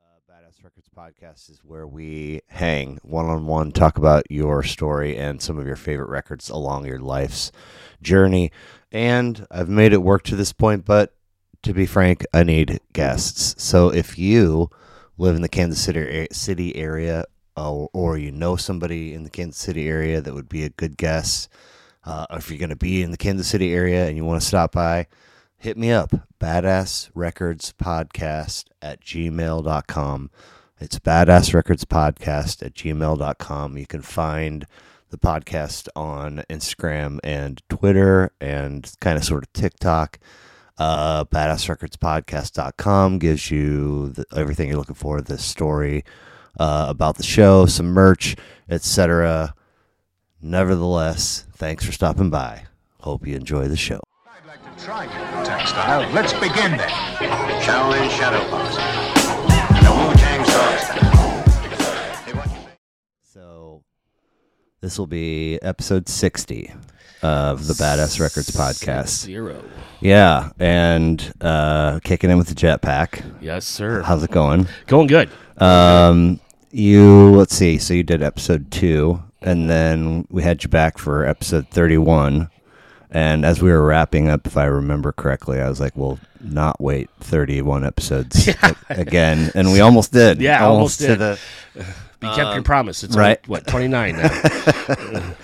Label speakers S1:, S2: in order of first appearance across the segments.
S1: Uh, Badass Records podcast is where we hang one on one, talk about your story and some of your favorite records along your life's journey. And I've made it work to this point, but to be frank, I need guests. So if you live in the Kansas City city area, or, or you know somebody in the Kansas City area that would be a good guest, uh, if you're going to be in the Kansas City area and you want to stop by, hit me up badass records podcast at gmail.com it's badass records podcast at gmail.com you can find the podcast on instagram and twitter and kind of sort of tiktok uh, badassrecordspodcast.com gives you the, everything you're looking for the story uh, about the show some merch etc nevertheless thanks for stopping by hope you enjoy the show
S2: I'd like to try your textile. Let's begin then.
S3: Shaolin Shadow Boxing. And the Wu Tang Song Style. Hey, what you say?
S1: So this will be episode 60 of the Badass Records podcast.
S4: Zero.
S1: Yeah, and uh kicking in with the jetpack.
S4: Yes, sir.
S1: How's it going?
S4: Going good.
S1: Um you let's see. So you did episode 2 and then we had you back for episode 31. And as we were wrapping up, if I remember correctly, I was like, "Well, not wait 31 episodes a- again." And we almost did.
S4: Yeah, almost
S1: to
S4: did.
S1: the
S4: You kept your promise. It's
S1: right.
S4: Like, what twenty nine now.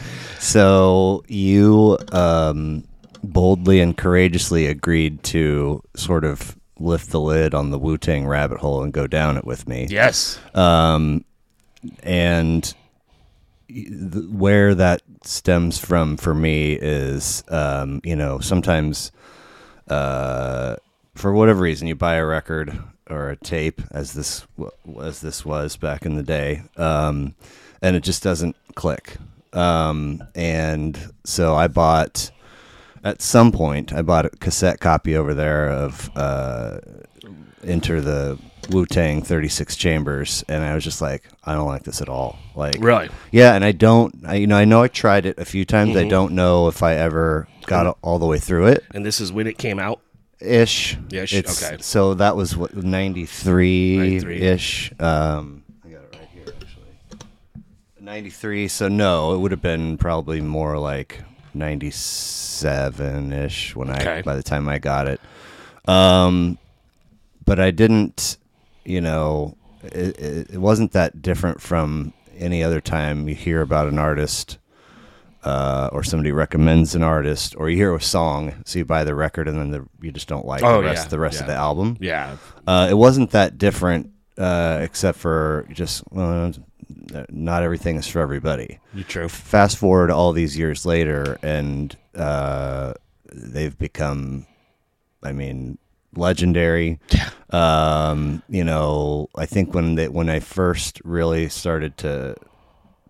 S1: So you um, boldly and courageously agreed to sort of lift the lid on the Wu Tang rabbit hole and go down it with me.
S4: yes.
S1: And y- th- where that stems from for me is, um, you know, sometimes uh, for whatever reason you buy a record or a tape, as this w- as this was back in the day, um, and it just doesn't click. Um, and so I bought at some point I bought a cassette copy over there of uh, Enter the Wu Tang 36 Chambers, and I was just like, I don't like this at all. Like,
S4: Really?
S1: Yeah, and I don't. I, you know, I know I tried it a few times. I don't know if I ever got all the way through it
S4: And this is when it came out.
S1: ish.
S4: Ish,
S1: It's-
S4: okay.
S1: So that was what ninety three
S4: 93.
S1: ish. Um, I got it right here actually. Ninety three. So no, it would have been probably more like ninety seven ish when I
S4: Okay.
S1: by the time I got it. Um, but I didn't. You know, it, it, it wasn't that different from any other time you hear about an artist uh, or somebody recommends an artist, or you hear a song, so you buy the record, and then the, you just don't like
S4: Oh,
S1: the rest,
S4: yeah,
S1: the rest of
S4: yeah.
S1: the album.
S4: Yeah.
S1: Uh, it wasn't that different, uh, except for just uh, not everything is for everybody.
S4: You true.
S1: Fast forward all these years later, and uh, they've become, I mean, legendary. Um, you know, I think when they, when I first really started to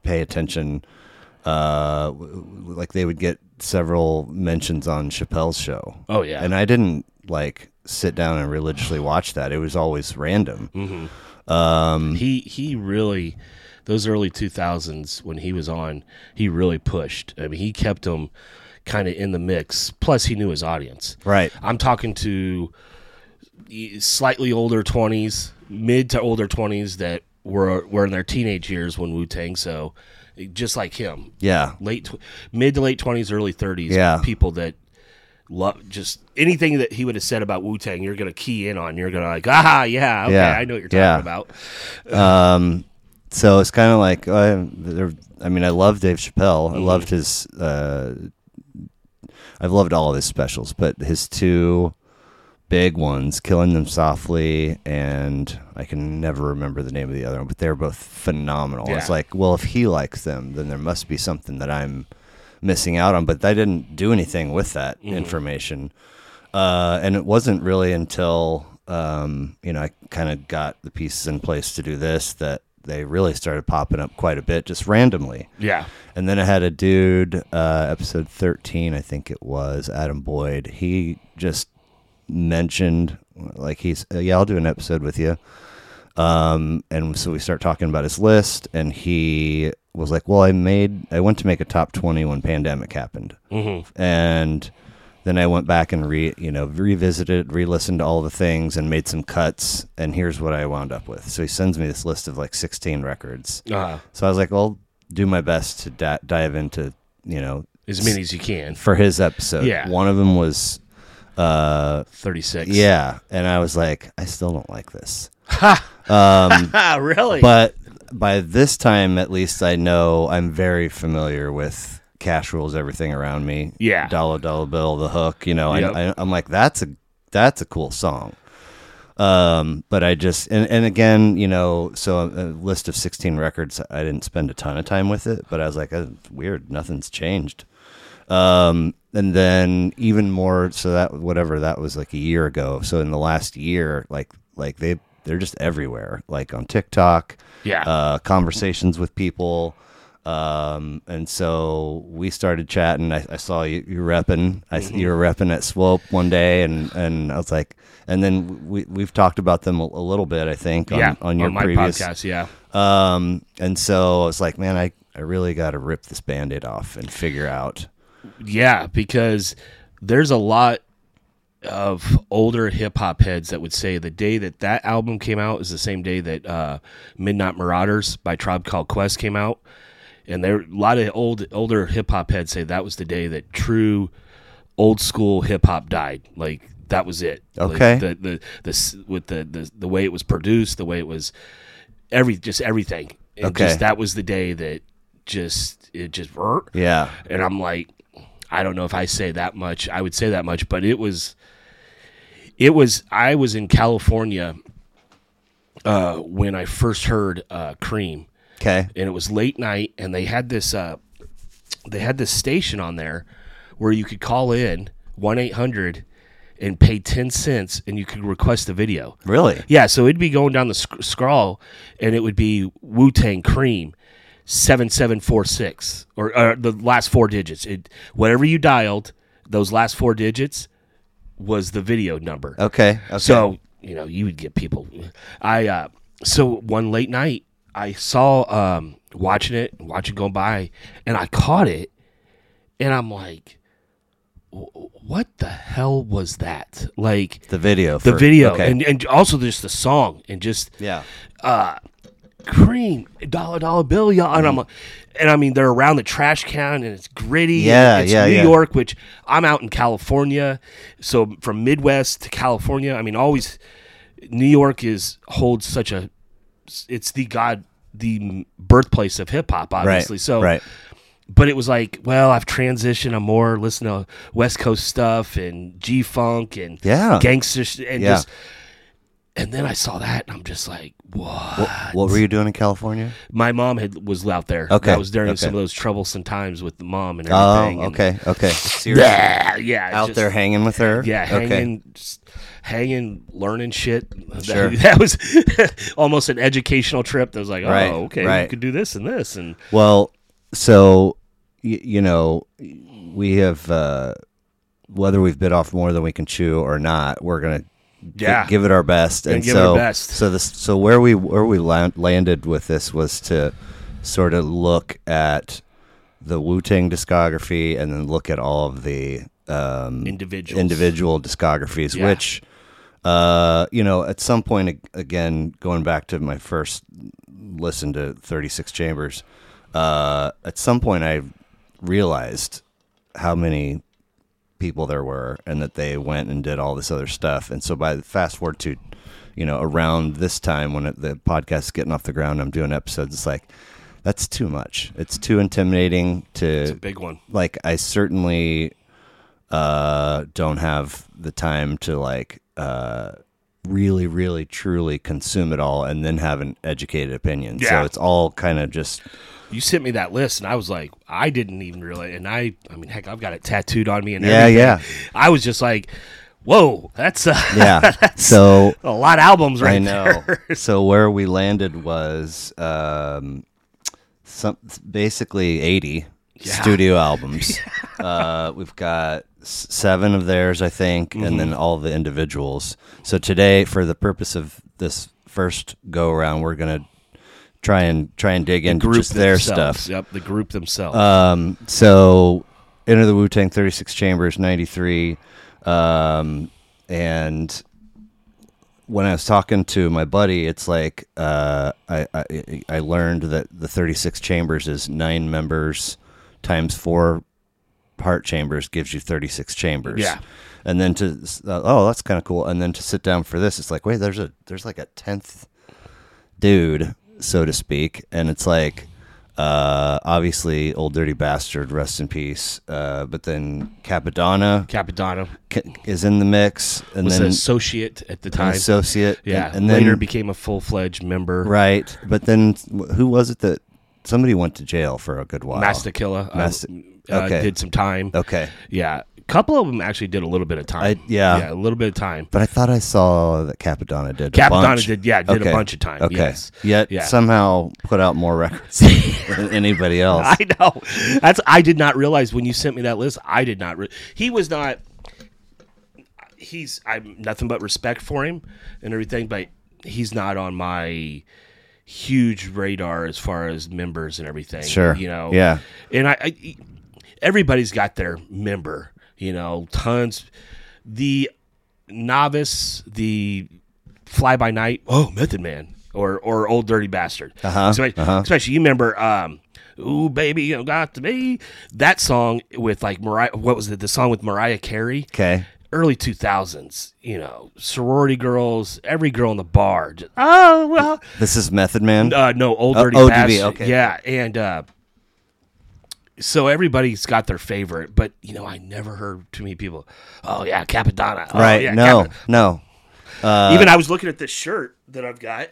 S1: pay attention, uh, w- w- like they would get several mentions on Chappelle's show.
S4: Oh, yeah.
S1: and I didn't like sit down and religiously watch that. It was always random.
S4: Mm-hmm. He he really those early two thousands when he was on, he really pushed. I mean, he kept them kind of in the mix. Plus, he knew his audience.
S1: Right.
S4: I'm talking to e, slightly older 20s, mid to older 20s that were were in their teenage years when Wu Tang. So, just like him,
S1: Yeah.
S4: late tw- mid to late 20s, early 30s,
S1: Yeah.
S4: people that love just anything that he would have said about Wu Tang, you're gonna key in on. You're gonna like, ah, yeah, okay,
S1: Yeah.
S4: I know what you're talking
S1: Yeah.
S4: about.
S1: so it's kind of like uh, there- I mean, I love Dave Chappelle. I loved his. Uh, I've loved all of his specials, but his two big ones, "Killing Them Softly" and I can never remember the name of the other one, but they're both phenomenal. It's
S4: Yeah.
S1: like, well, if he likes them, then there must be something that I'm missing out on. But I didn't do anything with that information, uh, and it wasn't really until um, you know I kind of got the pieces in place to do this that they really started popping up quite a bit, just randomly.
S4: Yeah,
S1: And then I had a dude, uh, episode 13, I think it was, Adam Boyd. He just mentioned, like, he's, uh, yeah, I'll do an episode with you. Um, and so we start talking about his list, and he was like, Well, I made, I went to make a top 20 when pandemic happened. And Then I went back and re you know revisited, re-listened to all the things, and made some cuts. And here's what I wound up with. So he sends me this list of like 16 records.
S4: Uh,
S1: So I was like, well, I'll do my best to da- dive into you know
S4: as many as you can.
S1: for his episode.
S4: Yeah.
S1: One of them was uh
S4: 36.
S1: yeah, and I was like, I still don't like this.
S4: Ah, really?
S1: But by this time, at least, I know I'm very familiar with cash rules, everything around me.
S4: Yeah.
S1: dollar dollar bill, the hook. You know,
S4: Yep.
S1: I, I, I'm like, that's a that's a cool song. Um, but I just and, and again, you know, so a, a list of 16 records. I didn't spend a ton of time with it, but I was like, "Oh, weird, nothing's changed. Um, and then even more, so that whatever that was like a year ago. So in the last year, like like they they're just everywhere, like on TikTok,
S4: Yeah.
S1: uh, conversations with people. Um, and so we started chatting. I, I saw you, you repping, I,
S4: Mm-hmm.
S1: you were repping at Swope one day and, and I was like, and then we, we've talked about them a, a little bit, I think on,
S4: yeah.
S1: on your
S4: my
S1: previous,
S4: podcast. Yeah.
S1: um, and so I was like, man, I, I really got to rip this band-aid off and figure out
S4: Yeah, because there's a lot of older hip hop heads that would say the day that that album came out is the same day that uh, Midnight Marauders by Tribe Called Quest came out, and there a lot of old older hip hop heads say that was the day that true old school hip hop died. Like that was it. Like,
S1: Okay.
S4: the the the s- with the, the the way it was produced, the way it was every just everything. And
S1: Okay.
S4: just that was the day that just it just
S1: Yeah.
S4: and I'm like, I don't know if I say that much. I would say that much, but it was, it was. I was in California uh, when I first heard uh, Cream,
S1: Okay.
S4: and it was late night, and they had this, uh, they had this station on there where you could call in one eight hundred and pay ten cents, and you could request a video.
S1: Really?
S4: Yeah, so it'd be going down the sc- scroll, and it would be Wu Tang Cream, seven seven four six, or, or the last four digits. It whatever you dialed, those last four digits was the video number.
S1: Okay. okay.
S4: So you know you would get people. I uh, so one late night I saw um, watching it, watching go by, and I caught it, and I'm like, "Wh- what the hell was that? Like
S1: the video,
S4: the
S1: for-
S4: video
S1: Okay.
S4: and, and also just the song and just
S1: yeah.
S4: cream dollar dollar bill y'all and i'm
S1: Mm.
S4: like- and i mean they're around the trash can and it's gritty and
S1: Yeah,
S4: it's
S1: yeah,
S4: new
S1: yeah.
S4: york which i'm out in california so from midwest to california i mean always new york is holds such a it's the god the birthplace of hip-hop obviously
S1: Right.
S4: so
S1: right.
S4: but it was like, well, I've transitioned. I'm more listening to West Coast stuff and G Funk and
S1: Yeah.
S4: gangster sh- and
S1: Yeah.
S4: just. And then I saw that, and I'm just like, what?
S1: What were you doing in California?
S4: My mom had was out there.
S1: Okay,
S4: that was during
S1: okay.
S4: some of those troublesome times with the mom and
S1: Oh,
S4: everything. and-
S1: okay, okay. So you're
S4: yeah, yeah,
S1: out
S4: just-
S1: there hanging with her.
S4: Yeah,
S1: Okay.
S4: hanging, just hanging, learning shit. That-
S1: Sure.
S4: That, was almost an educational trip. That was like, oh,
S1: Right,
S4: okay,
S1: right.
S4: you could do this and this, and
S1: Well, so y- you know, we have uh, whether we've bit off more than we can chew or not, we're gonna gi-
S4: Yeah.
S1: give it our best.
S4: Gonna
S1: And
S4: give it
S1: so,
S4: our best.
S1: so this, so where we where we land, landed with this was to sort of look at the Wu Tang discography and then look at all of the um,
S4: individuals,
S1: individual discographies,
S4: Yeah.
S1: which, uh, you know, at some point, ag- again, going back to my first listen to 36 Chambers, uh, at some point I realized how many people there were and that they went and did all this other stuff. And so by the fast forward to, you know, around this time when it, the podcast's getting off the ground, I'm doing episodes, it's like, that's too much. It's too intimidating to
S4: big one.
S1: like I certainly uh don't have the time to like uh really really truly consume it all and then have an educated opinion.
S4: Yeah.
S1: So it's all kind of just
S4: you sent me that list and I was like, I didn't even realize. And I, I mean, heck, I've got it tattooed on me and
S1: Yeah,
S4: everything.
S1: yeah.
S4: I was just like, whoa, that's a,
S1: yeah. so
S4: a lot of albums right
S1: I know.
S4: there.
S1: so where we landed was um some basically 80 studio albums. uh we've got s- 7 of theirs I think and
S4: Mm-hmm.
S1: then all the individuals. So today for the purpose of this first go around we're going to try and try and dig into just their
S4: themselves.
S1: stuff. Uh,
S4: Yep, the group themselves.
S1: Um so Enter the Wu Tang 36 Chambers 93. Um, and when I was talking to my buddy, it's like uh, I, I I learned that the 36 chambers is nine members times four heart chambers gives you 36 chambers.
S4: Yeah.
S1: And then to uh, oh that's kind of cool. And then to sit down for this, it's like wait there's a there's like a tenth dude so to speak, and it's like uh, obviously old dirty bastard rest in peace. Uh, but then Capadonna
S4: Capodanno
S1: ca- is in the mix, and
S4: was
S1: then
S4: an associate at the time.
S1: associate.
S4: yeah,
S1: and, and then
S4: later became a full fledged member.
S1: right. But then wh- who was it that somebody went to jail for a good while?
S4: Mastakilla uh,
S1: Masta-
S4: uh,
S1: okay.
S4: did some time.
S1: Okay,
S4: Yeah, a couple of them actually did a little bit of time.
S1: I- yeah.
S4: a little bit of time.
S1: but I thought I saw that Capadonna did. a
S4: Capadonna
S1: bunch.
S4: did- yeah, did a
S1: Okay.
S4: bunch of time,
S1: Okay,
S4: yes.
S1: yet
S4: Yeah.
S1: somehow put out more records than anybody else.
S4: I know. That's I did not realize when you sent me that list. I did not. Re- he was not. He's I'm nothing but respect for him and everything, but he's not on my huge radar as far as members and everything.
S1: Sure.
S4: you know.
S1: Yeah.
S4: and I, I everybody's got their member. You know, tons. The novice, the fly by night. Oh, Method Man or or old dirty bastard. Uh-huh, especially, especially you remember. Um, Ooh, baby, you got to be that song with like Mariah. What was it? The song with Mariah Carey.
S1: Okay,
S4: Early two thousands. You know, sorority girls. Every girl in the bar. Just, oh well.
S1: this is Method Man.
S4: Uh, no, old
S1: Oh,
S4: dirty
S1: ODB,
S4: bastard.
S1: okay.
S4: Yeah, and uh, so everybody's got their favorite, but you know, I never heard too many people. Oh yeah, Capadonna. Oh,
S1: right?
S4: yeah,
S1: no,
S4: Capadonna."
S1: no.
S4: Even I was looking at this shirt that I've got.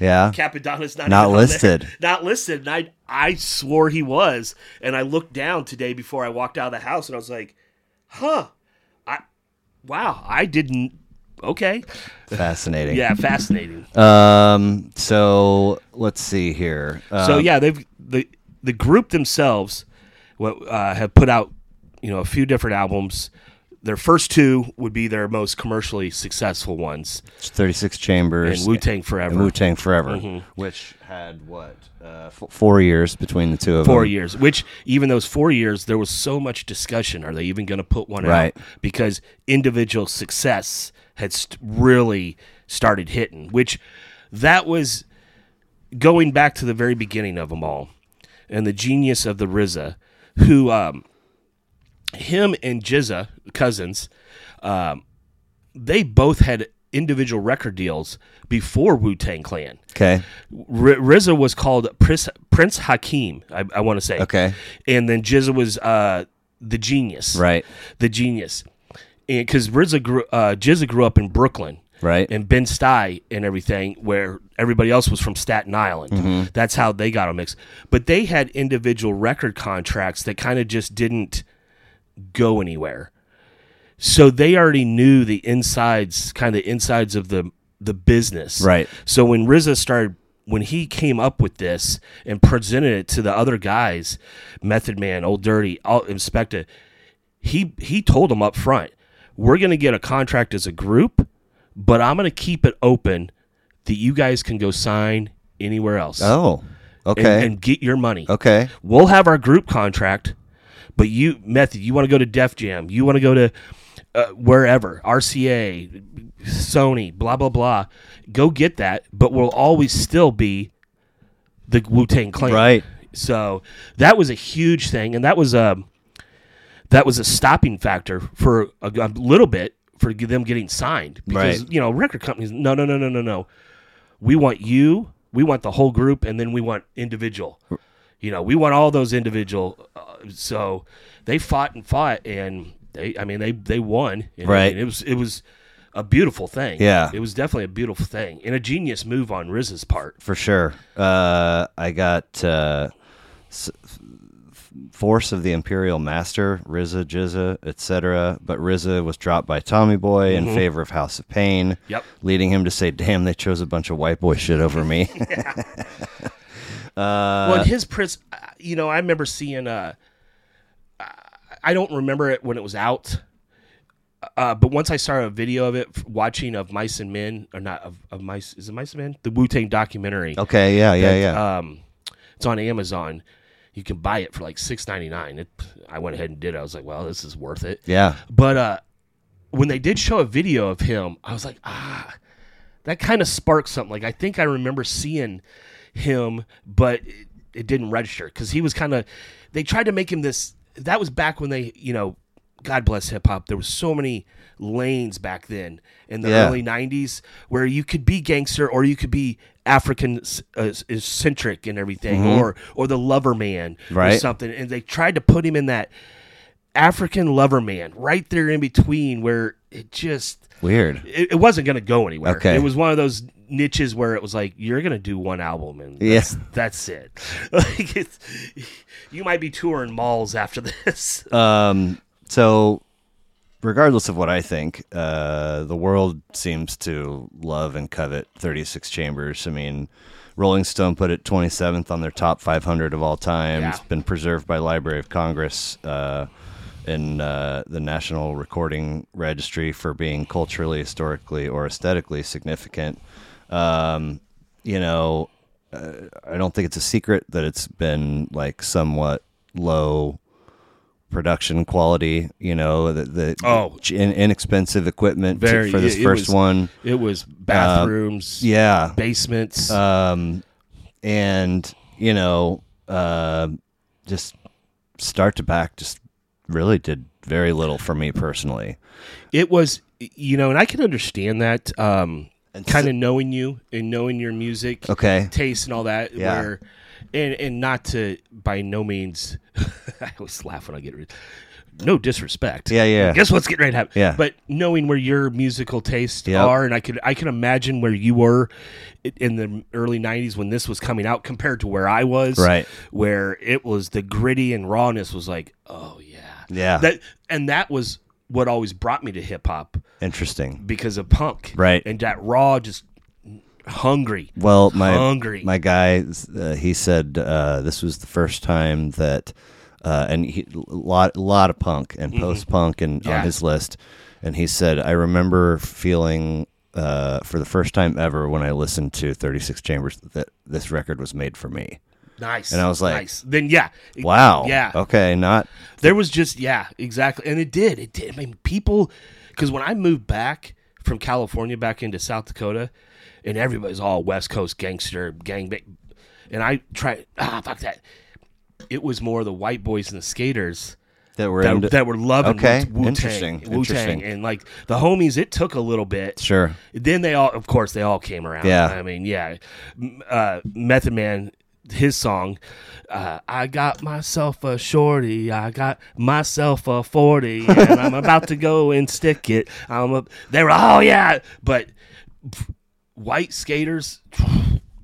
S1: Yeah.
S4: Capadonna's not
S1: Not
S4: even on
S1: listed.
S4: there. Not listed. And I I swore he was. And I looked down today before I walked out of the house, and I was like, "Huh, I, wow, I didn't." Okay,
S1: Fascinating.
S4: yeah, fascinating.
S1: Um. So let's see here. Uh,
S4: so yeah, they've the the group themselves what uh, have put out you know a few different albums. Their first two would be their most commercially successful ones,
S1: 36 chambers.
S4: and Wu Tang Forever. Mm-hmm.
S1: Wu Tang Forever, which had what uh, f- four years between the two of them.
S4: four years which even those four years there was so much discussion are they even going to put one
S1: Right.
S4: out because individual success had st- really started hitting which that was going back to the very beginning of them all and the genius of the RZA who um him and Jizza cousins um they both had individual record deals before Wu-Tang Clan
S1: Okay.
S4: R- RZA was called Prince, Prince Hakim, I, I want to say.
S1: Okay.
S4: And then Jizza was uh, the genius.
S1: Right.
S4: The genius. And because RZA grew, uh, Jizza grew up in Brooklyn.
S1: Right.
S4: And Ben Stuy and everything, where everybody else was from Staten Island.
S1: Mm-hmm.
S4: That's how they got a mix. But they had individual record contracts that kind of just didn't go anywhere. So they already knew the insides, kind of the insides of the the business.
S1: Right.
S4: So when RZA started, when he came up with this and presented it to the other guys, Method Man, Old Dirty, all Inspector, he he told them up front, we're gonna get a contract as a group, but I'm gonna keep it open that you guys can go sign anywhere else.
S1: Oh.
S4: and,
S1: Okay.
S4: and get your money
S1: okay.
S4: we'll have our group contract, but you, Method, you want to go to Def Jam, you want to go to uh, wherever, RCA, Sony, blah, blah, blah. Go get that, but we'll always still be the Wu Tang Clan.
S1: Right.
S4: So that was a huge thing, and that was a that was a stopping factor for a, a little bit for them getting signed because
S1: Right.
S4: you know record companies no no no no no no we want you we want the whole group and then we want individual you know we want all those individual uh, so they fought and fought and they i mean they they won And, I
S1: Right.
S4: mean, it was it was a beautiful thing
S1: Yeah.
S4: it was definitely a beautiful thing and a genius move on riz's part
S1: For sure. Uh, I got uh, s- f- Force of the Imperial Master, RZA, Jizza, etc. But RZA was dropped by Tommy Boy in favor of House of Pain.
S4: Mm-hmm. Yep.
S1: Leading him to say, "Damn, they chose a bunch of white boy shit over me."
S4: well and his prince uh, you know i remember seeing uh I- i don't remember it when it was out uh, but once I saw a video of it, f- watching of Mice and Men, or not of, of Mice, is it Mice and Men? The Wu Tang documentary.
S1: okay. Yeah. Yeah. Yeah.
S4: um, it's on Amazon. You can buy it for like six ninety nine. It I went ahead and did. it. I was like, well, this is worth it.
S5: Yeah.
S4: But uh, when they did show a video of him, I was like, ah, that kind of sparked something. Like I think I remember seeing him, but it, it didn't register because he was kind of. They tried to make him this. That was back when they, you know, God bless hip hop. There was so many lanes back then in the
S5: Yeah.
S4: early '90s where you could be gangster or you could be African uh, eccentric and everything, or or the lover man or
S5: Right.
S4: something. And they tried to put him in that. African lover man right there in between where it just
S5: Weird.
S4: it, it wasn't going to go anywhere.
S5: Okay.
S4: It was one of those niches where it was like you're going to do one album and
S5: Yeah.
S4: that's, that's it. like it's, you might be touring malls after this.
S1: Um, so, regardless of what I think, uh, the world seems to love and covet 36 Chambers. I mean, Rolling Stone put it 27th on their top 500 of all time.
S4: Yeah.
S1: It's been preserved by Library of Congress uh, in uh, the National Recording Registry for being culturally, historically, or aesthetically significant. Um, you know, uh, I don't think it's a secret that it's been like somewhat low production quality. You know, the, the
S4: Oh.
S1: in, inexpensive equipment to-
S4: Very-
S1: for this
S4: it- it
S1: first
S4: was-
S1: one.
S4: It was bathrooms,
S1: uh, Yeah, Uh,
S4: basements.
S1: and you know, uh, just start to back, just really did very little for me personally.
S4: it was you know, and I can understand that um
S1: And
S4: kind
S1: so-
S4: of knowing you and knowing your music.
S1: Okay,
S4: taste and all that.
S1: Yeah.
S4: Where, and and not to by no means. I always laugh when I get rid. No disrespect.
S1: Yeah, yeah.
S4: Guess what's getting ready to happen.
S1: Yeah.
S4: But knowing where your musical tastes
S1: Yep.
S4: are, and I could I can imagine where you were i- in the early '90s when this was coming out compared to where I was.
S1: Right.
S4: Where it was the gritty and rawness was like, oh yeah,
S1: Yeah.
S4: That and that was what always brought me to hip hop
S1: interesting.
S4: because of punk.
S1: Right.
S4: And that raw, just hungry.
S1: Well, my
S4: Hungry.
S1: my guy, uh, he said uh, this was the first time that, uh, and he a lot lot of punk and post punk and
S4: Mm-hmm. Yeah.
S1: on his list, and he said I remember feeling uh, for the first time ever when I listened to Thirty Six Chambers that this record was made for me.
S4: Nice.
S1: And I was like,
S4: nice. Then yeah,
S1: Wow.
S4: yeah.
S1: Okay. Not.
S4: There was just yeah, exactly, and it did. It did. I mean, people, because when I moved back from California back into South Dakota, and everybody's all West Coast gangster gang, bang- and I tried ah fuck that. It was more the white boys and the skaters
S1: That we're
S4: that,
S1: into,
S4: that were loving
S1: Okay.
S4: Wu
S1: Interesting.
S4: Tang, Wu Tang,
S1: Interesting.
S4: and like the homies. It took a little bit.
S1: Sure.
S4: Then they all, of course, they all came around.
S1: Yeah.
S4: I mean, yeah. M- Uh, Method Man, his song, uh, I got myself a shorty, I got myself a 40, and I'm about to go and stick it. I'm a, they were, oh, yeah. But pff, white skaters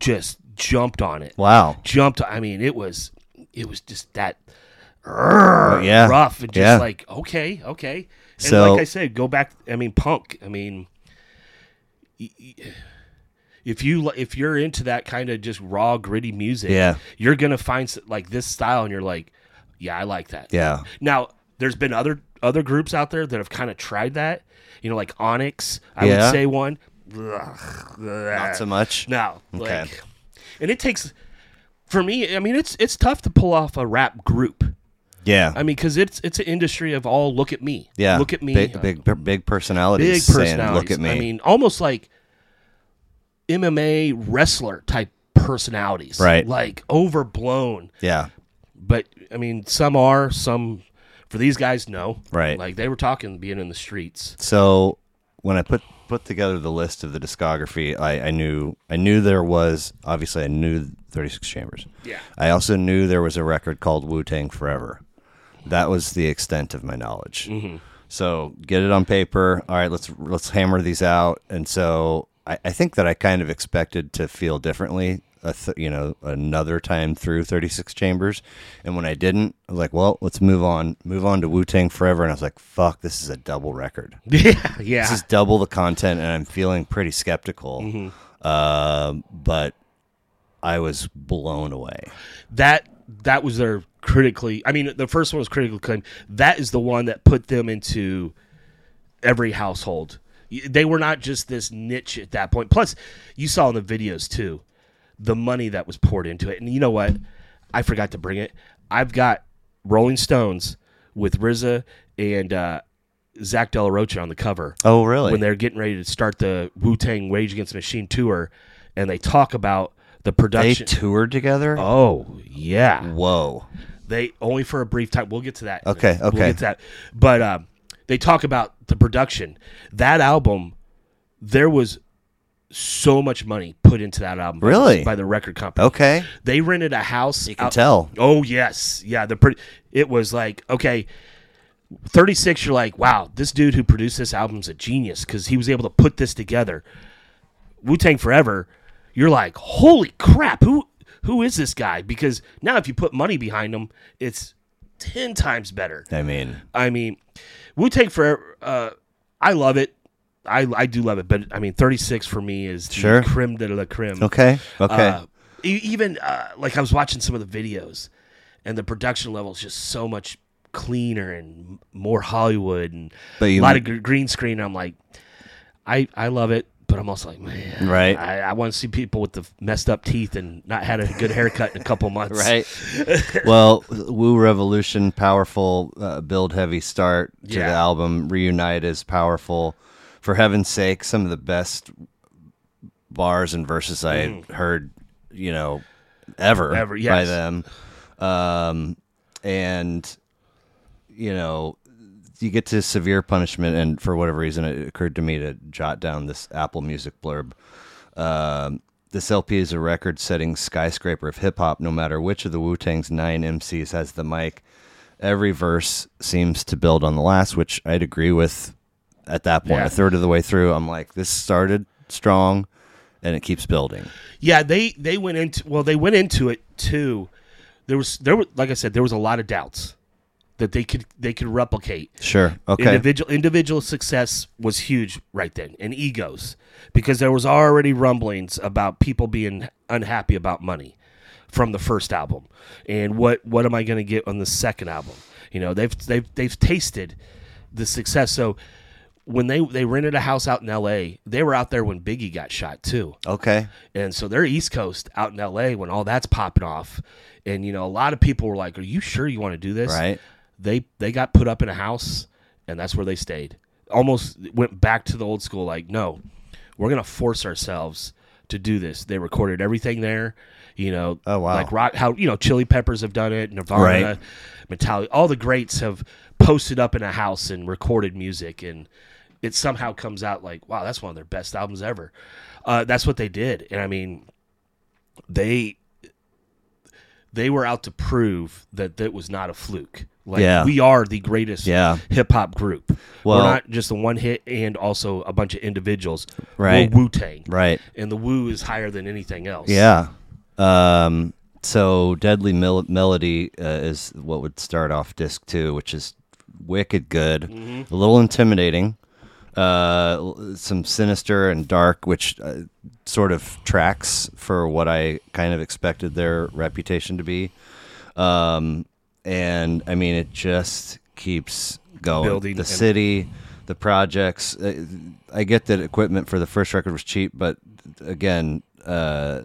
S4: just jumped on it.
S1: Wow.
S4: Jumped. I mean, it was, it was just that
S1: yeah.
S4: rough and just
S1: Yeah.
S4: like, okay, okay. And
S1: So-
S4: like I said, go back. I mean, punk. I mean, if you li- if you're into that kind of just raw gritty music,
S1: Yeah.
S4: you're gonna find s- like this style, and you're like, yeah, I like that.
S1: Yeah.
S4: Now, there's been other other groups out there that have kind of tried that. You know, like Onyx. I
S1: Yeah.
S4: would say one.
S1: Not so much.
S4: No.
S1: Okay.
S4: Like, and it takes for me. I mean, it's it's tough to pull off a rap group.
S1: Yeah.
S4: I mean, because it's it's an industry of all look at me.
S1: yeah.
S4: Look at me. Uh,
S1: Big big, big
S4: big
S1: personalities. Saying, Look
S4: personalities.
S1: at me.
S4: I mean, almost like MMA wrestler type personalities.
S1: Right.
S4: Like overblown.
S1: yeah.
S4: But I mean, some are, some for these guys, no.
S1: Right.
S4: Like they were talking being in the streets.
S1: So when I put put together the list of the discography, I, I knew I knew there was obviously I knew Thirty Six Chambers.
S4: Yeah.
S1: I also knew there was a record called Wu Tang Forever. That was the extent of my knowledge. So get it on paper. All right, let's let's hammer these out. And so I, I think that I kind of expected to feel differently. A th- you know, another time through 36 chambers, and when I didn't, I was like, "Well, let's move on, move on to Wu Tang Forever," and I was like, "Fuck, this is a double record."
S4: Yeah. Yeah.
S1: this is double the content and i'm feeling pretty skeptical
S4: Mm-hmm.
S1: Um, but i was blown away
S4: that that was their critically i mean the first one was critical acclaim that is the one that put them into every household Y- they were not just this niche at that point plus you saw in the videos too the money that was poured into it and you know what i forgot to bring it I've got Rolling Stones with RZA and uh, Zach De La Rocha on the cover
S5: Oh, really?
S4: when they're getting ready to start the Wu Tang Rage Against the Machine tour, and they talk about the
S5: they
S4: production.
S5: toured together.
S4: oh yeah,
S5: Whoa.
S4: they only for a brief time. We'll get to that. in a
S5: Mm. Okay,
S4: minute. We'll
S5: okay.
S4: get to that. But um, they talk about the production. That album, there was so much money put into that album. by-
S5: Really?
S4: by the record company.
S5: Okay.
S4: They rented a house. You
S5: can tell.
S4: Oh yes, yeah. The pro- it was like okay, thirty six. You're like, wow, this dude who produced this album's a genius because he was able to put this together. Wu Tang Forever. You're like, holy crap, who who is this guy? Because now if you put money behind him, it's ten times better.
S5: I mean,
S4: I mean, Wu Tang Forever. Uh, I love it. I, I do love it, but I mean, 36 for me is the
S5: Sure.
S4: creme de la creme.
S5: okay. Okay.
S4: Uh, e- even uh, like I was watching some of the videos, and the production level is just so much cleaner and m- more Hollywood and
S5: But
S4: a
S5: you-
S4: lot of gr- green screen. I'm like, I I love it, but I'm also like, man,
S5: Right.
S4: I, I want to see people with the messed up teeth and not had a good haircut in a couple months.
S5: right.
S1: well, Woo Revolution, powerful, uh, build heavy start to the
S4: Yeah.
S1: album. Reunite is powerful. For heaven's sake, some of the best bars and verses I had heard, you know, ever,
S4: Mm. Ever,
S1: by
S4: yes.
S1: them. Um, and, you know, you get to severe punishment, and for whatever reason, it occurred to me to jot down this Apple Music blurb. Um, this LP is a record setting skyscraper of hip hop. No matter which of the Wu Tang's nine MCs has the mic, every verse seems to build on the last, which I'd agree with at that point.
S4: Yeah.
S1: A third of the way through, I'm like, this started strong and it keeps building.
S4: Yeah, they they went into well, they went into it too. There was there were like I said, there was a lot of doubts that they could they could replicate.
S1: Sure. Okay.
S4: Individual individual success was huge right then, and egos, because there was already rumblings about people being unhappy about money from the first album, and what what am I going to get on the second album? You know, they've they've they've tasted the success. So when they they rented a house out in L.A., they were out there when Biggie got shot too.
S1: okay.
S4: And so they're East Coast out in LA when all that's popping off. And you know, a lot of people were like, Are you sure you want to do this?
S1: Right.
S4: They they got put up in a house and that's where they stayed. Almost went back to the old school, like, no, we're gonna force ourselves to do this. They recorded everything there, you know.
S1: Oh, wow.
S4: Like rock how you know, Chili Peppers have done it, Nirvana,
S1: Right.
S4: Metallica, all the greats have posted up in a house and recorded music, and it somehow comes out like, wow, that's one of their best albums ever. Uh, that's what they did, and I mean, they they were out to prove that that was not a fluke. Like
S1: Yeah.
S4: we are the greatest
S1: Yeah.
S4: hip hop group.
S1: Well-
S4: we're not just a one hit and also a bunch of individuals.
S1: Right.
S4: We're Wu Tang.
S1: Right.
S4: And the Wu is higher than anything else.
S1: Yeah. Um, so Deadly Mel- Melody uh, is what would start off disc two, which is wicked good,
S4: Mm-hmm.
S1: a little intimidating, uh, l- some sinister and dark, which uh, sort of tracks for what I kind of expected their reputation to be. Um, and I mean, it just keeps going.
S4: Building
S1: the
S4: and-
S1: city, the projects. Uh, I get that equipment for the first record was cheap, but again, uh,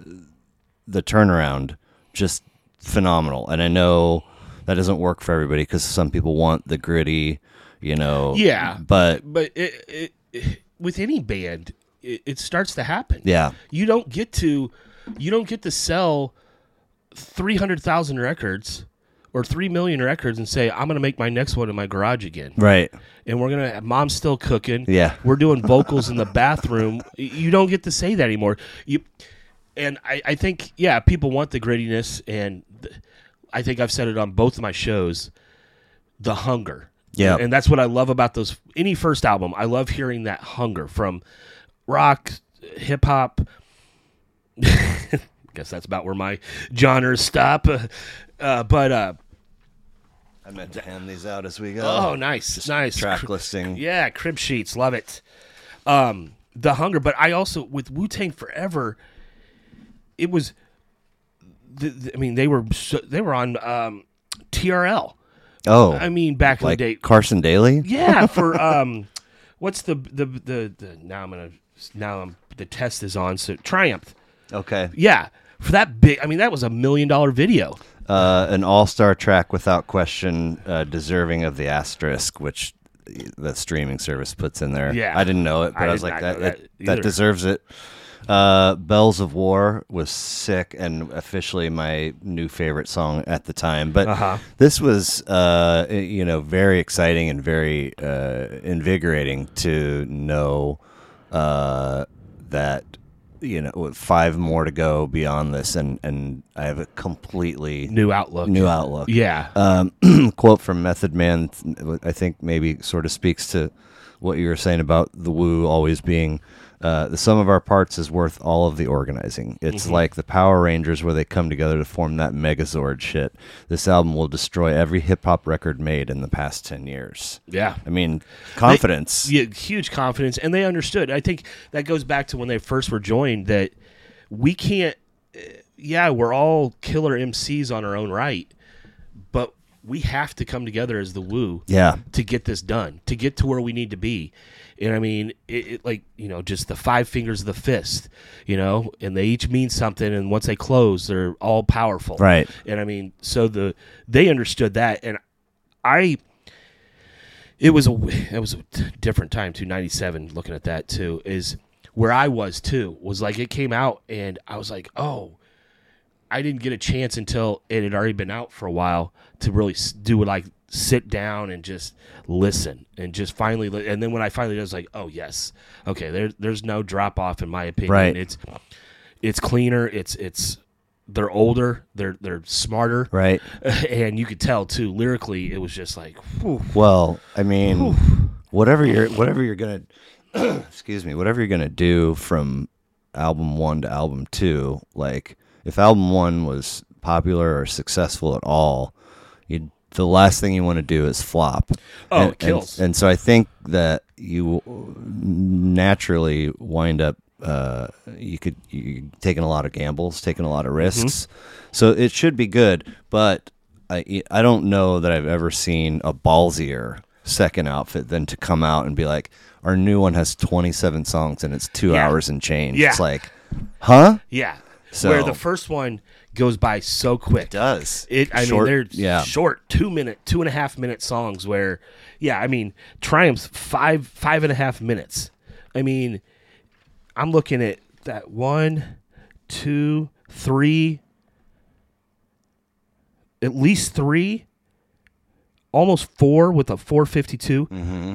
S1: the turnaround just phenomenal. And I know that doesn't work for everybody because some people want the gritty, you know.
S4: Yeah.
S1: But
S4: but it, it, with any band, it, it starts to happen.
S1: Yeah.
S4: you don't get to, you don't get to sell three hundred thousand records or three million records and say I'm going to make my next one in my garage again,
S1: right,
S4: and we're gonna mom's still cooking.
S1: Yeah.
S4: we're doing vocals in the bathroom. Y- You don't get to say that anymore. You, and I, I think yeah, people want the grittiness, and th- I think I've said it on both of my shows the hunger.
S1: Yeah.
S4: And that's what I love about those any first album. I love hearing that hunger from rock, hip hop. Guess that's about where my genres stop. Uh, uh, but uh,
S1: I meant to hand these out as we go.
S4: oh, nice, nice
S1: track
S4: Cr-
S1: listing.
S4: Yeah, crib sheets, love it. Um, the hunger, but I also with Wu Tang Forever, it was. The, the- I mean, they were so, they were on um, TRL.
S1: Oh,
S4: I mean, back
S1: like
S4: in the day,
S1: Carson Daly.
S4: yeah, for um, what's the the the, the now I'm gonna now I'm the test is on so Triumph.
S1: Okay.
S4: Yeah, for that big. I mean, that was a million dollar video.
S1: Uh, an all-star track without question, uh, deserving of the asterisk, which the streaming service puts in there.
S4: Yeah.
S1: I didn't know it, but
S4: I
S1: I, was
S4: did
S1: like,
S4: not
S1: that
S4: know
S1: that,
S4: that
S1: that
S4: either.
S1: deserves it. Uh, Bells of War was sick and officially my new favorite song at the time. But
S4: Uh-huh.
S1: this was, uh, you know, very exciting and very uh, invigorating to know uh, that you know five more to go beyond this, and and I have a completely
S4: New outlook.
S1: new Uh, outlook
S4: Yeah.
S1: quote from Method Man, th- I think maybe sort of speaks to what you were saying about the woo always being uh, the sum of our parts is worth all of the organizing. It's
S4: Mm-hmm.
S1: like the Power Rangers where they come together to form that Megazord shit. This album will destroy every hip hop record made in the past 10 years.
S4: yeah.
S1: I mean, confidence.
S4: yeah, huge confidence, and they understood. I think that goes back to when they first were joined that we can't. uh, Yeah, we're all killer MCs on our own right, but we have to come together as the Woo.
S1: Yeah.
S4: to get this done, to get to where we need to be. And I mean, it, it like you know, just the five fingers of the fist, you know, and they each mean something. And once they close, they're all powerful,
S1: Right.
S4: And I mean, so the they understood that, and I it was a it was a t- different time too 97 looking at that too is where i was too was like it came out and i was like oh i didn't get a chance until it had already been out for a while to really s- do it like sit down and just listen and just finally li- and then when i finally did, i was like oh yes okay there, there's no drop off in my opinion
S1: Right.
S4: it's it's cleaner it's it's they're older they're they're smarter
S1: Right.
S4: and you could tell too lyrically it was just like whew,
S1: Well, I mean, whatever you're whatever you're gonna excuse me, whatever you're gonna do from album one to album two, like if album one was popular or successful at all, you the last thing you want to do is flop.
S4: Oh, it kills.
S1: And, so I think that you naturally wind up. Uh, you could you taking a lot of gambles, taking a lot of risks.
S4: Mm-hmm.
S1: So it should be good, but I I don't know that I've ever seen a ballsier second outfit than to come out and be like, our new one has 27 songs and it's two
S4: Yeah.
S1: hours and change.
S4: Yeah.
S1: It's like, huh?
S4: Yeah.
S1: So-
S4: Where the first one goes by so quick. It
S1: does.
S4: It I
S1: Short-
S4: mean they're
S1: yeah.
S4: short two minute, two and a half minute songs where yeah, I mean Triumph's five five and a half minutes. I mean I'm looking at that one, two, three at least three almost four with a 452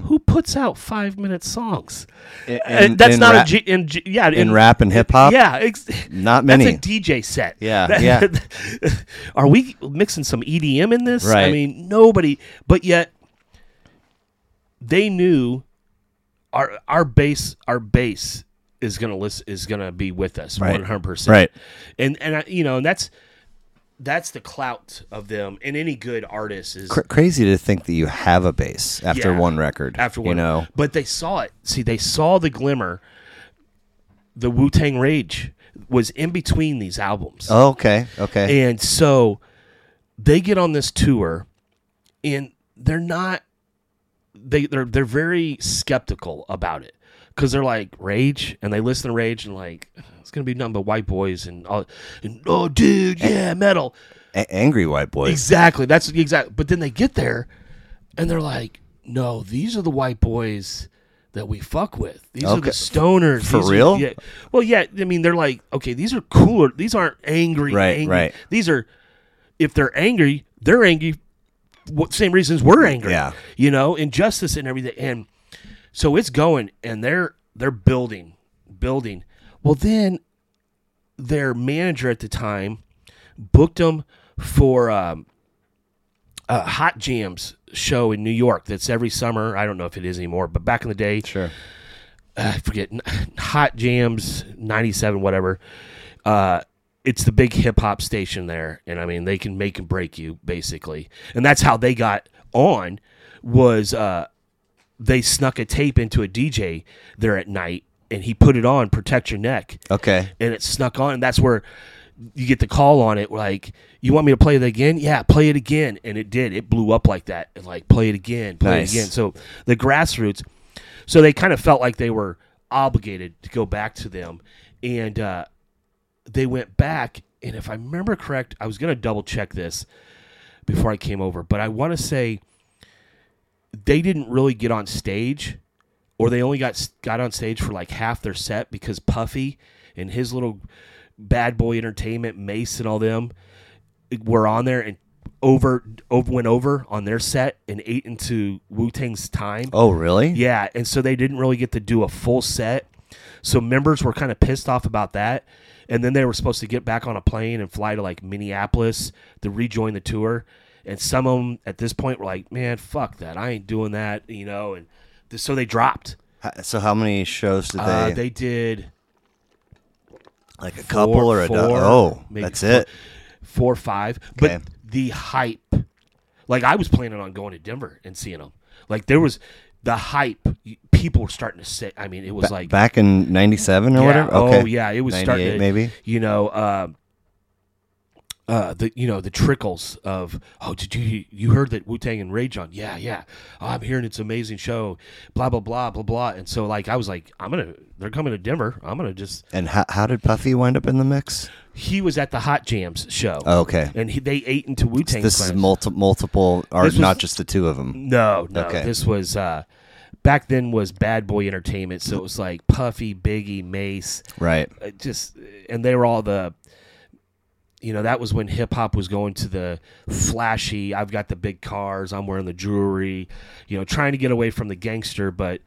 S4: who puts out five minute songs
S1: Mm-hmm. in-
S4: Uh, that's
S1: in
S4: not
S1: rap-
S4: a G, in, G- yeah
S1: in rap and hip hop?
S4: yeah ex-
S1: Not
S4: That's
S1: many.
S4: a DJ set.
S1: Yeah,
S4: That-
S1: yeah.
S4: Are we mixing some EDM in this? I
S1: Right.
S4: mean, nobody. But yet, they knew our our base our base is gonna list is gonna be with us
S1: Right.
S4: one hundred percent.
S1: Right.
S4: And and I, you know and that's that's the clout of them. And any good artist is
S1: Cra crazy to think that you have a bass after
S4: Yeah.
S1: one record.
S4: after one.
S1: You know,
S4: But they saw it. See, they saw the glimmer. The Wu Tang Rage was in between these albums.
S1: oh, okay. Okay.
S4: And so they get on this tour and they're not they they're they're very skeptical about it cuz they're like rage and they listen to rage and like it's going to be nothing but white boys and all and oh dude yeah metal
S1: A- angry white boys.
S4: Exactly. That's the exact. But then they get there, and they're like, "No, these are the white boys that we fuck with. These are the
S1: Okay.
S4: stoners.
S1: For
S4: These are-
S1: real?
S4: yeah. Well, yeah. I mean, they're like, okay, these are cooler. These aren't angry.
S1: Right,
S4: angry.
S1: right.
S4: These are, if they're angry, they're angry. What same reasons we're angry?
S1: Yeah.
S4: You know, injustice and everything. And so it's going, and they're they're building, building. Well, then their manager at the time booked them for um, a Hot Jams show in New York. That's every summer. I don't know if it is anymore, but back in the day, uh,
S1: Sure.
S4: I forget Hot Jams '97, whatever. Uh, it's the big hip hop station there, and I mean they can make and break you basically, and that's how they got on. Was uh, they snuck a tape into a DJ there at night, and he put it on "Protect Your Neck,"
S1: Okay.
S4: and it snuck on, and that's where you get the call on it. Like, you want me to play it again? Yeah, play it again, and it did. It blew up like that, and like play it again, play
S1: Nice.
S4: it again. So the grassroots, so they kind of felt like they were obligated to go back to them, and uh, they went back and if I remember correct, I was going to double check this before I came over, but I want to say they didn't really get on stage or they only got got on stage for like half their set because Puffy and his little bad boy entertainment Mace and all them were on there and over, over went over on their set and ate into Wu Tang's time.
S1: Oh, really?
S4: Yeah, and so they didn't really get to do a full set. So members were kind of pissed off about that. And then they were supposed to get back on a plane and fly to like Minneapolis to rejoin the tour. And some of them at this point were like, "Man, fuck that! I ain't doing that," you know. And th- so they dropped.
S1: H- So how many shows did they?
S4: Uh, they did
S1: like a couple or a du-
S4: four,
S1: oh,
S4: maybe
S1: that's
S4: four.
S1: it.
S4: four or five.
S1: Okay.
S4: But the hype, like I was planning on going to Denver and seeing them. Like there was the hype. y- People were starting to say. I mean, it was like
S1: Back in '97 or whatever. Okay.
S4: Oh yeah, it was starting
S1: 98
S4: to,
S1: maybe.
S4: You know, uh, uh, the you know the trickles of oh did you you heard that Wu Tang and Rage on yeah yeah oh, I'm hearing it's an amazing show blah blah blah blah blah and so like I was like I'm gonna they're coming to Denver I'm gonna just
S1: And how, how did Puffy wind up in the mix? Oh,
S4: he was at the Hot Jams show
S1: Okay.
S4: and he, they ate into Wu Tang
S1: This is multi- multiple, or
S4: This was-
S1: not just the two of them.
S4: No, no.
S1: Okay.
S4: This was uh back then was Bad Boy Entertainment, so it was like Puffy, Biggie, Mace,
S1: Right.
S4: uh, just and they were all the you know, that was when hip hop was going to the flashy, I've got the big cars, I'm wearing the jewelry, you know, trying to get away from the gangster, but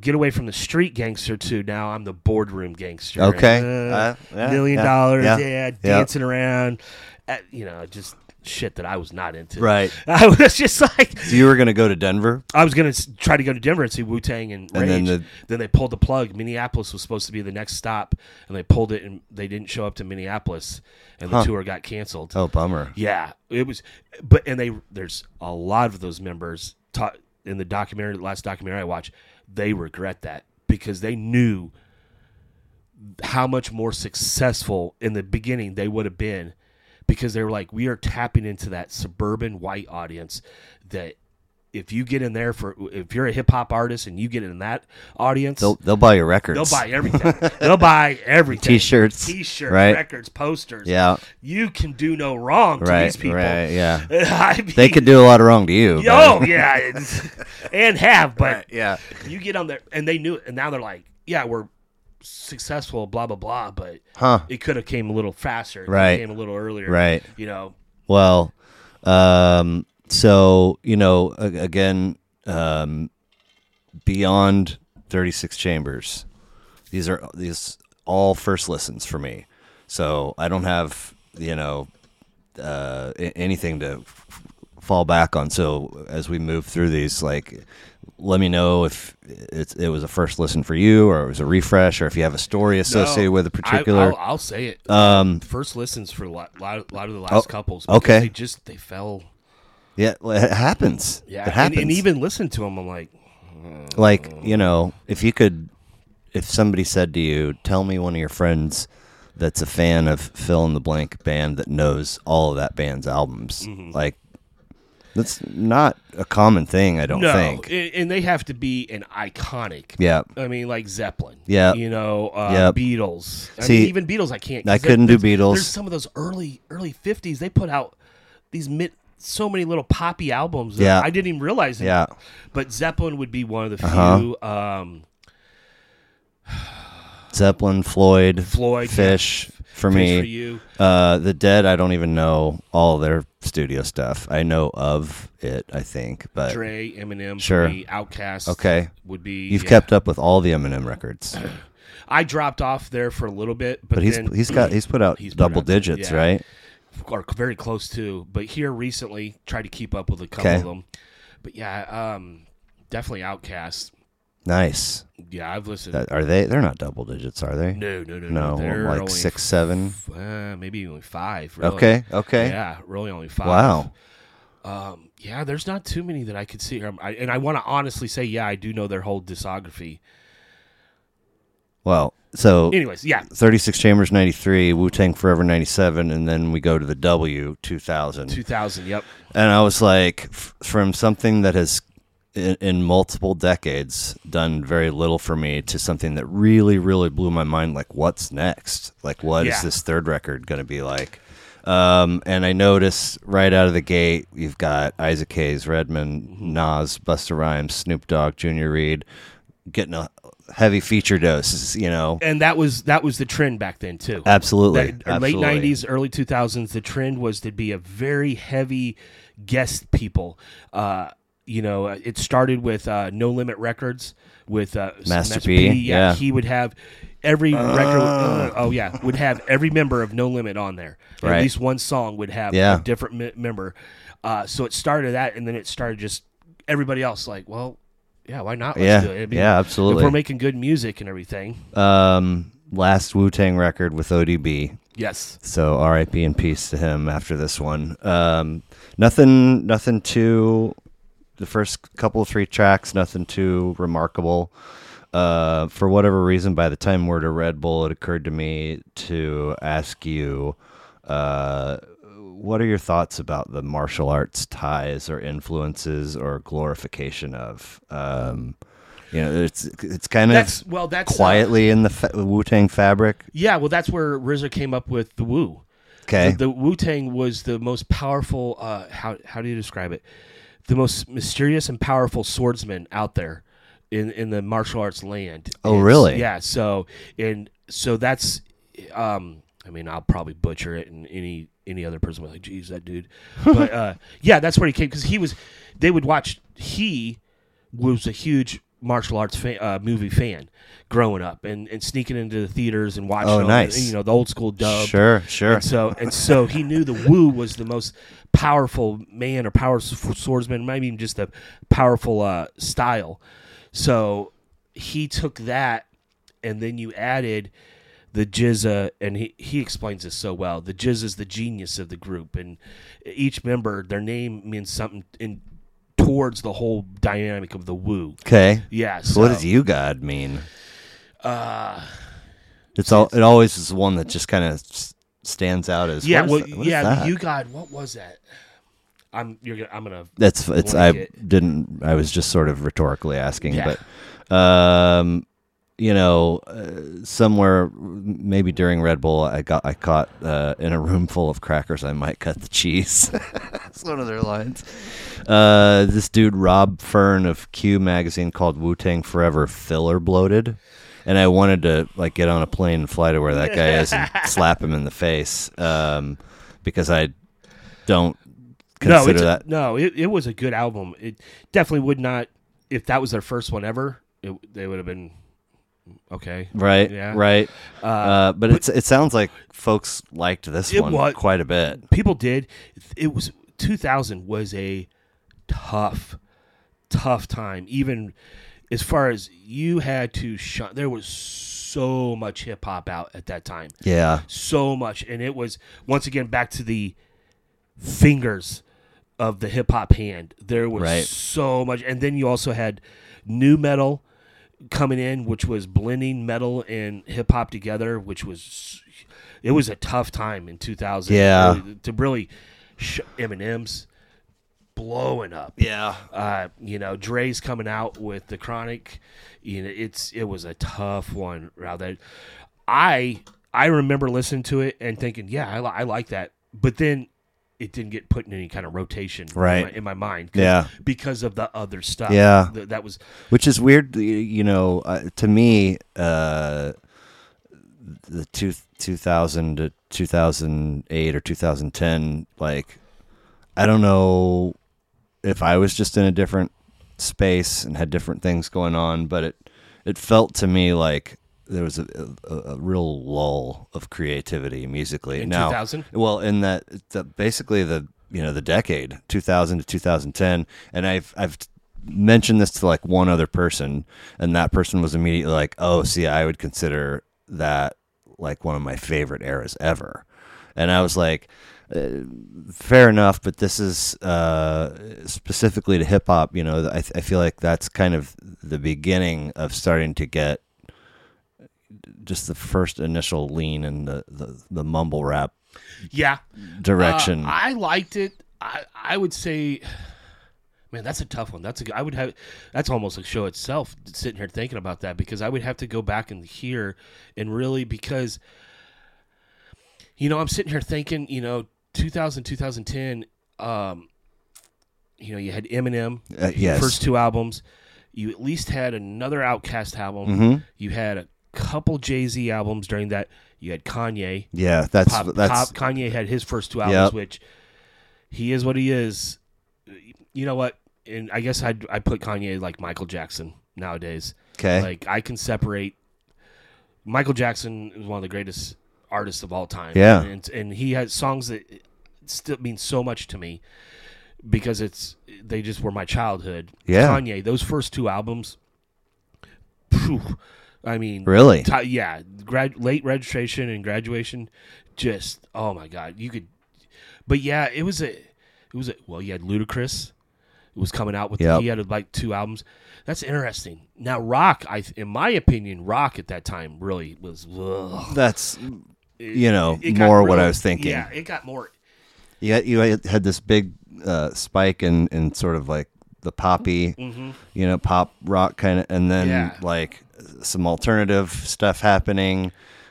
S4: get away from the street gangster to now I'm the boardroom gangster.
S1: Okay.
S4: Uh,
S1: Uh, yeah,
S4: million
S1: yeah,
S4: dollars,
S1: yeah,
S4: yeah,
S1: yeah.
S4: dancing around, uh, you know, just shit that I was not into.
S1: Right.
S4: I was just like,
S1: So you were going to go to Denver?
S4: I was gonna s- try to go to Denver and see Wu Tang and
S1: And
S4: Rage.
S1: then
S4: then,
S1: the-
S4: they pulled the plug. Minneapolis was supposed to be the next stop, and they pulled it, and they didn't show up to Minneapolis, and the tour got canceled.
S1: Oh, bummer.
S4: Yeah, it was, but and they there's a lot of those members taught in the documentary, the last documentary I watched, they regret that because they knew how much more successful in the beginning they would have been because they were like, we are tapping into that suburban white audience that if you get in there for if you're a hip hop artist and you get in that audience,
S1: They'll, they'll buy your records.
S4: They'll buy everything. They'll buy everything.
S1: T-shirts,
S4: T-shirts,
S1: right?
S4: records, posters.
S1: Yeah.
S4: You can do no wrong to
S1: Right.
S4: these people.
S1: Right. Yeah.
S4: I mean,
S1: They could do a lot of wrong to you.
S4: Oh, yeah. it's- and have, but
S1: but- Yeah.
S4: you get on there and they knew it. And now they're like, yeah, we're successful, blah, blah, blah. But
S1: Huh.
S4: it could have came a little faster. It
S1: Right.
S4: Came a little earlier.
S1: Right.
S4: You know,
S1: Well, um, so you know, a- again, um, beyond thirty six chambers, these are these all first listens for me. So I don't have you know uh, a- anything to f- fall back on. So as we move through these, like, let me know if it's, it was a first listen for you, or it was a refresh, or if you have a story associated
S4: No,
S1: with a
S4: I-
S1: particular.
S4: I'll, I'll say it. Um, First listens for a lot, lot, lot of the last
S1: Oh,
S4: couples. because
S1: okay.
S4: They just, they fell.
S1: yeah, well, it happens.
S4: Yeah.
S1: it happens.
S4: And, and even listen to them, I'm like,
S1: like you know if you could if somebody said to you tell me one of your friends that's a fan of fill in the blank band that knows all of that band's albums
S4: Mm-hmm.
S1: like that's not a common thing i don't
S4: no,
S1: think
S4: a- and they have to be an iconic.
S1: yeah
S4: I mean, like Zeppelin.
S1: Yeah.
S4: you know, uh,
S1: Yep.
S4: Beatles. I
S1: See,
S4: mean, even Beatles, I can't. 'cause
S1: I couldn't
S4: there-
S1: do
S4: there's-
S1: Beatles.
S4: There's some of those early early fifties. They put out these mid, so many little poppy albums. that
S1: Yeah.
S4: I didn't even realize. It.
S1: Yeah. Uh-huh.
S4: but Zeppelin would be one of the few. Um,
S1: zeppelin floyd
S4: Floyd,
S1: fish for
S4: Fish
S1: me
S4: for you.
S1: uh the dead i don't even know all their studio stuff i know of it i think but
S4: Dre, Eminem,
S1: Sure.
S4: for me, Outkast.
S1: Okay.
S4: would be.
S1: you've
S4: yeah.
S1: kept up with all the eminem records
S4: I dropped off there for a little bit, but,
S1: but he's
S4: then,
S1: he's got he's put out
S4: He's put
S1: double
S4: out-
S1: digits
S4: yeah.
S1: right
S4: or very close to, but here recently tried to keep up with a couple
S1: Okay.
S4: of them. But yeah, um, definitely Outcast.
S1: nice
S4: Yeah, I've listened.
S1: That- Are they? They're not double digits, are they?
S4: no, no, no,
S1: No,
S4: no. They're
S1: like
S4: only
S1: six, seven.
S4: f- uh, maybe only five. Really.
S1: Okay, okay.
S4: Yeah, really only five.
S1: Wow.
S4: Um, yeah, there's not too many that I could see. Um, I, and I want to honestly say, yeah, I do know their whole discography.
S1: Well, so
S4: Anyways, yeah,
S1: 36 Chambers 93, Wu Tang Forever 97, and then we go to the W 2000.
S4: 2000. Yep.
S1: And I was like, f- from something that has in, in multiple decades done very little for me to something that really really blew my mind like what's next like what is
S4: Yeah.
S1: this third record going to be like um, and i notice right out of the gate you've got isaac hayes redman
S4: Mm-hmm.
S1: nas buster rhymes snoop dogg junior reed getting a heavy feature dose you know
S4: and that was that was the trend back then too.
S1: absolutely,
S4: Eh, That-
S1: absolutely.
S4: Late '90s, early 2000s, the trend was to be a very heavy guest people. Uh, you know, it started with uh, No Limit Records with uh,
S1: Master P, yeah.
S4: he would have every record. would- oh yeah, would have every member of No Limit on there. At
S1: Right.
S4: least one song would have
S1: Yeah.
S4: a different me- member. Uh, so it started that, and then it started just everybody else. Like, well, yeah, why not? Let's
S1: Yeah.
S4: do it. I mean,
S1: Yeah, absolutely.
S4: If we're making good music and everything,
S1: um last wu-tang record with odb
S4: yes.
S1: So R.I.P. and peace to him after this one. Um, nothing, nothing too. The first couple of three tracks, nothing too remarkable. Uh, for whatever reason, by the time we're to Red Bull, it occurred to me to ask you, uh, what are your thoughts about the martial arts ties or influences or glorification of? Um, you know, it's it's kind
S4: That's
S1: of
S4: well. That's uh,
S1: quietly in the fa- Wu Tang fabric.
S4: Yeah, well, that's where RZA came up with the Wu.
S1: Okay,
S4: The, Wu Tang was the most powerful. Uh, how how do you describe it? The most mysterious and powerful swordsman out there in in the martial arts land.
S1: Oh,
S4: It's-
S1: really?
S4: Yeah. So and so that's. Um, I mean, I'll probably butcher it, and any any other person will be like, "Geez, that dude." But uh, yeah, that's where he came because he was. They would watch. He was a huge martial arts fan, uh, movie fan growing up, and, and sneaking into the theaters and watching.
S1: Oh,
S4: all the-
S1: nice.
S4: you know the old school dub.
S1: sure, sure.
S4: And so and so he knew the Wu was the most powerful man or powerful swordsman, maybe even just a powerful uh, style. So he took that, and then you added the Jizza, and he, he explains this so well. The Jizza is the genius of the group, and each member, their name means something in towards the whole dynamic of the Wu.
S1: Okay.
S4: Yeah.
S1: So what
S4: so- Uh,
S1: does you God mean? Uh, it's all. It always is one that just kind of stands out as.
S4: Yeah.
S1: what is
S4: Well,
S1: that- what is
S4: yeah.
S1: that?
S4: The you God. What was that? I'm. You're. gonna I'm gonna.
S1: That's. It's. I
S4: blanket.
S1: didn't. I was just sort of rhetorically asking,
S4: Yeah.
S1: but, um, you know, uh, somewhere maybe during Red Bull, I got I caught uh, in a room full of crackers. I might cut the cheese. That's one of their lines. Uh, this dude Rob Fern of Q magazine called Wu Tang Forever filler bloated, and I wanted to like get on a plane and fly to where that guy is and slap him in the face um, because I don't consider
S4: no, it's a-
S1: that.
S4: no, it, it was a good album. It definitely would not if that was their first one ever. It, they would have been okay.
S1: Right,
S4: Yeah.
S1: right. Uh, but, it's it sounds like folks liked this
S4: It
S1: one
S4: wa-
S1: quite a bit.
S4: People did. It was 2000 was a tough, tough time. Even as far as you had to shun, there was so much hip hop out at that time.
S1: Yeah,
S4: so much and it was once again back to the fingers of the hip hop hand there was
S1: Right.
S4: so much and then you also had new metal coming in which was blending metal and hip hop together which was it was a tough time in 2000
S1: Yeah.
S4: to really sh- Eminem's blowing up
S1: yeah.
S4: uh, you know, Dre's coming out with the chronic. You know, it's it was a tough one. Rob. That I I remember listening to it and thinking, yeah, I, li- I like that. But then it didn't get put in any kind of rotation,
S1: Right.
S4: In my, in my mind, 'cause-
S1: Yeah.
S4: because of the other stuff.
S1: Yeah.
S4: Th- that was
S1: Which is weird, y- you know. Uh, to me, uh, the two two thousand to two thousand eight or two thousand ten, like I don't know if I was just in a different space and had different things going on, but it it felt to me like there was a, a, a real lull of creativity musically.
S4: In
S1: Now-
S4: 2000?
S1: Well, in that the, basically the you know the decade 2000 to 2010, and I've I've mentioned this to like one other person, and that person was immediately like, "Oh, see, I would consider that like one of my favorite eras ever," and I was like fair enough, but this is uh, specifically to hip hop. You know, I, I feel like that's kind of the beginning of starting to get just the first initial lean in the, the, the mumble rap
S4: yeah.
S1: direction.
S4: Uh, I liked it. I I would say, man, Man, that's a tough one. That's a. I would have. That's almost a show itself. Sitting here thinking about that because I would have to go back and hear, and really because, you know, I'm sitting here thinking, you know, 2000, 2010. Um, you know, you had Eminem.
S1: Uh, yes.
S4: First two albums. You at least had another Outcast album.
S1: Mm-hmm.
S4: You had a couple Jay Z albums during that. You had Kanye.
S1: yeah, that's
S4: Pop,
S1: that's
S4: Pop- Kanye had his first two albums,
S1: Yep.
S4: which he is what he is. You know what? And I guess I I put Kanye like Michael Jackson nowadays.
S1: 'Kay.
S4: like I can separate. Michael Jackson is one of the greatest artists of all time.
S1: Yeah.
S4: and and he has songs that still mean so much to me because it's they just were my childhood.
S1: Yeah.
S4: Kanye, those first two albums. phew, I mean,
S1: Really?
S4: ti- yeah, grad, late registration and graduation, just oh my god, you could. But yeah, it was a, it was a. Well, you had Ludacris, it was coming out with
S1: Yep.
S4: he had like two albums. That's interesting. Now, rock, I in my opinion, rock at that time really was. ugh.
S1: that's you know
S4: It got
S1: more what I
S4: really-
S1: was thinking.
S4: Yeah, it got more.
S1: you had, you had had this big uh, spike in, in sort of like the poppy, you know, pop rock kind of, and then
S4: Mm-hmm. Yeah.
S1: like some alternative stuff happening,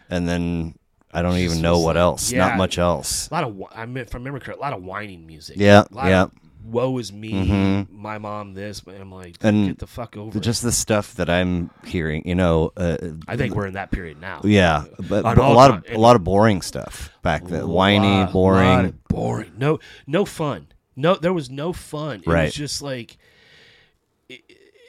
S1: and then I don't even know
S4: was
S1: what
S4: like-
S1: else,
S4: yeah.
S1: not much else.
S4: A lot of whi- I mean, if I remember correctly, a lot of whining music.
S1: Yeah,
S4: A lot
S1: yeah. Mm-hmm.
S4: Of, Woe is me, my mom this, and I'm like,
S1: And
S4: get the fuck over. it.
S1: Just the stuff that I'm hearing, you know, uh,
S4: I think we're in that period now.
S1: yeah, but,
S4: On
S1: but a
S4: all
S1: lot of
S4: time.
S1: a lot of boring stuff back then, whiny,
S4: Lot-
S1: boring.
S4: lot of boring. No, no fun. No, there was no fun. It
S1: Right.
S4: was just like,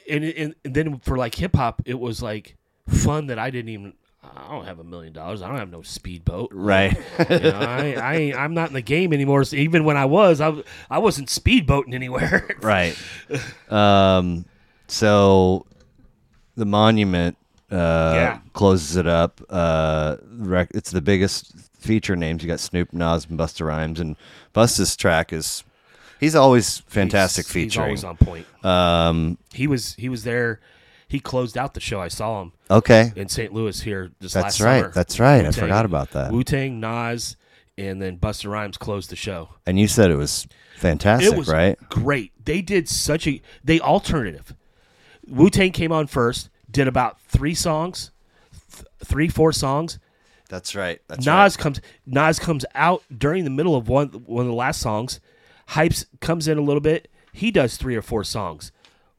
S4: and, and and then for like hip hop, it was like fun that I didn't even. I don't have a million dollars. I don't have no speedboat.
S1: Right,
S4: You know, I, I ain't- I'm not in the game anymore. So even when I was, I, w- I wasn't speedboating anywhere.
S1: right. Um, so the monument uh,
S4: Yeah.
S1: closes it up. Uh, rec- it's the biggest feature names. You got Snoop, Nas, and Busta Rhymes, and Busta's track is he's always fantastic
S4: He's- He's
S1: featuring.
S4: always on point. Um, he was he was there. He closed out the show. I saw him.
S1: okay,
S4: in St. Louis here this
S1: That's
S4: last
S1: right,
S4: summer.
S1: that's right, I forgot about that.
S4: Wu Tang, Nas, and then Buster Rhymes closed the show.
S1: and you said it was fantastic,
S4: it was
S1: right?
S4: great. They did such a they alternative. Wu Tang came on first, did about three songs, th- three four songs.
S1: That's right. That's
S4: Nas comes Nas comes out during the middle of one one of the last songs. Hypes comes in a little bit. He does three or four songs.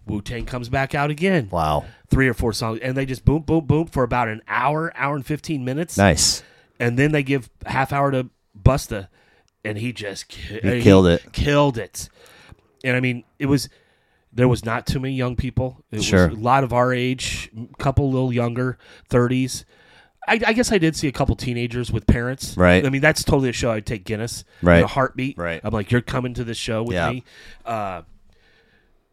S4: Wu Tang comes back out again.
S1: Wow,
S4: Three or four songs, and they just boom, boom, boom for about an hour, hour and fifteen minutes
S1: nice.
S4: and then they give a half hour to Busta, and he just ki- uh, he
S1: killed it.
S4: killed it. And I mean, it was there was not too many young people. It
S1: Sure.
S4: was a lot of our age, a couple little younger, thirties. I, I guess I did see a couple teenagers with parents.
S1: Right.
S4: I mean, that's totally a show I'd take Guinness.
S1: Right.
S4: In a heartbeat.
S1: Right.
S4: I'm like, you're coming to this show with
S1: Yeah.
S4: me. Uh,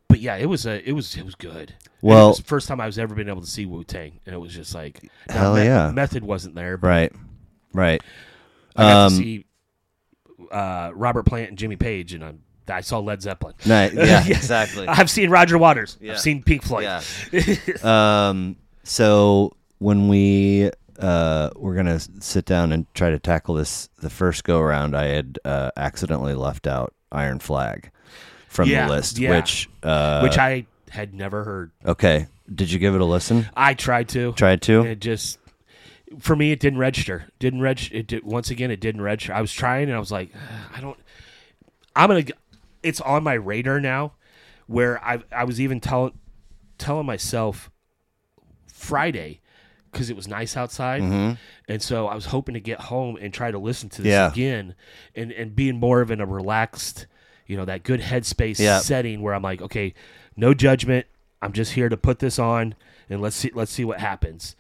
S4: but yeah, it was a, it was, it was good. And
S1: Well-
S4: it was the first time I was ever been able to see Wu Tang, and it was just like, now,
S1: Hell yeah.
S4: method wasn't there, but
S1: Right, right.
S4: I got
S1: Um,
S4: to see uh, Robert Plant and Jimmy Page, and I'm, I saw Led Zeppelin.
S1: Nice. Yeah, exactly.
S4: I've seen Roger Waters.
S1: Yeah.
S4: I've seen Pink Floyd.
S1: Yeah. Um, so when we uh, we're gonna s- sit down and try to tackle this the first go around, I had uh, accidentally left out Iron Flag from
S4: Yeah,
S1: the list,
S4: yeah.
S1: which uh,
S4: Which I had never heard.
S1: okay, did you give it a listen?
S4: I tried to.
S1: Tried
S4: and
S1: to?
S4: It just for me, it didn't register. Didn't register. It did, once again, it didn't register. I was trying, and I was like, I don't. I'm gonna. g- It's on my radar now, where I I was even telling telling myself Friday because it was nice outside, and so I was hoping to get home and try to listen to this
S1: Yeah.
S4: again, and and being more of in a relaxed, you know, that good headspace
S1: Yeah.
S4: setting where I'm like, okay, no judgment. I'm just here to put this on and let's see let's see what happens.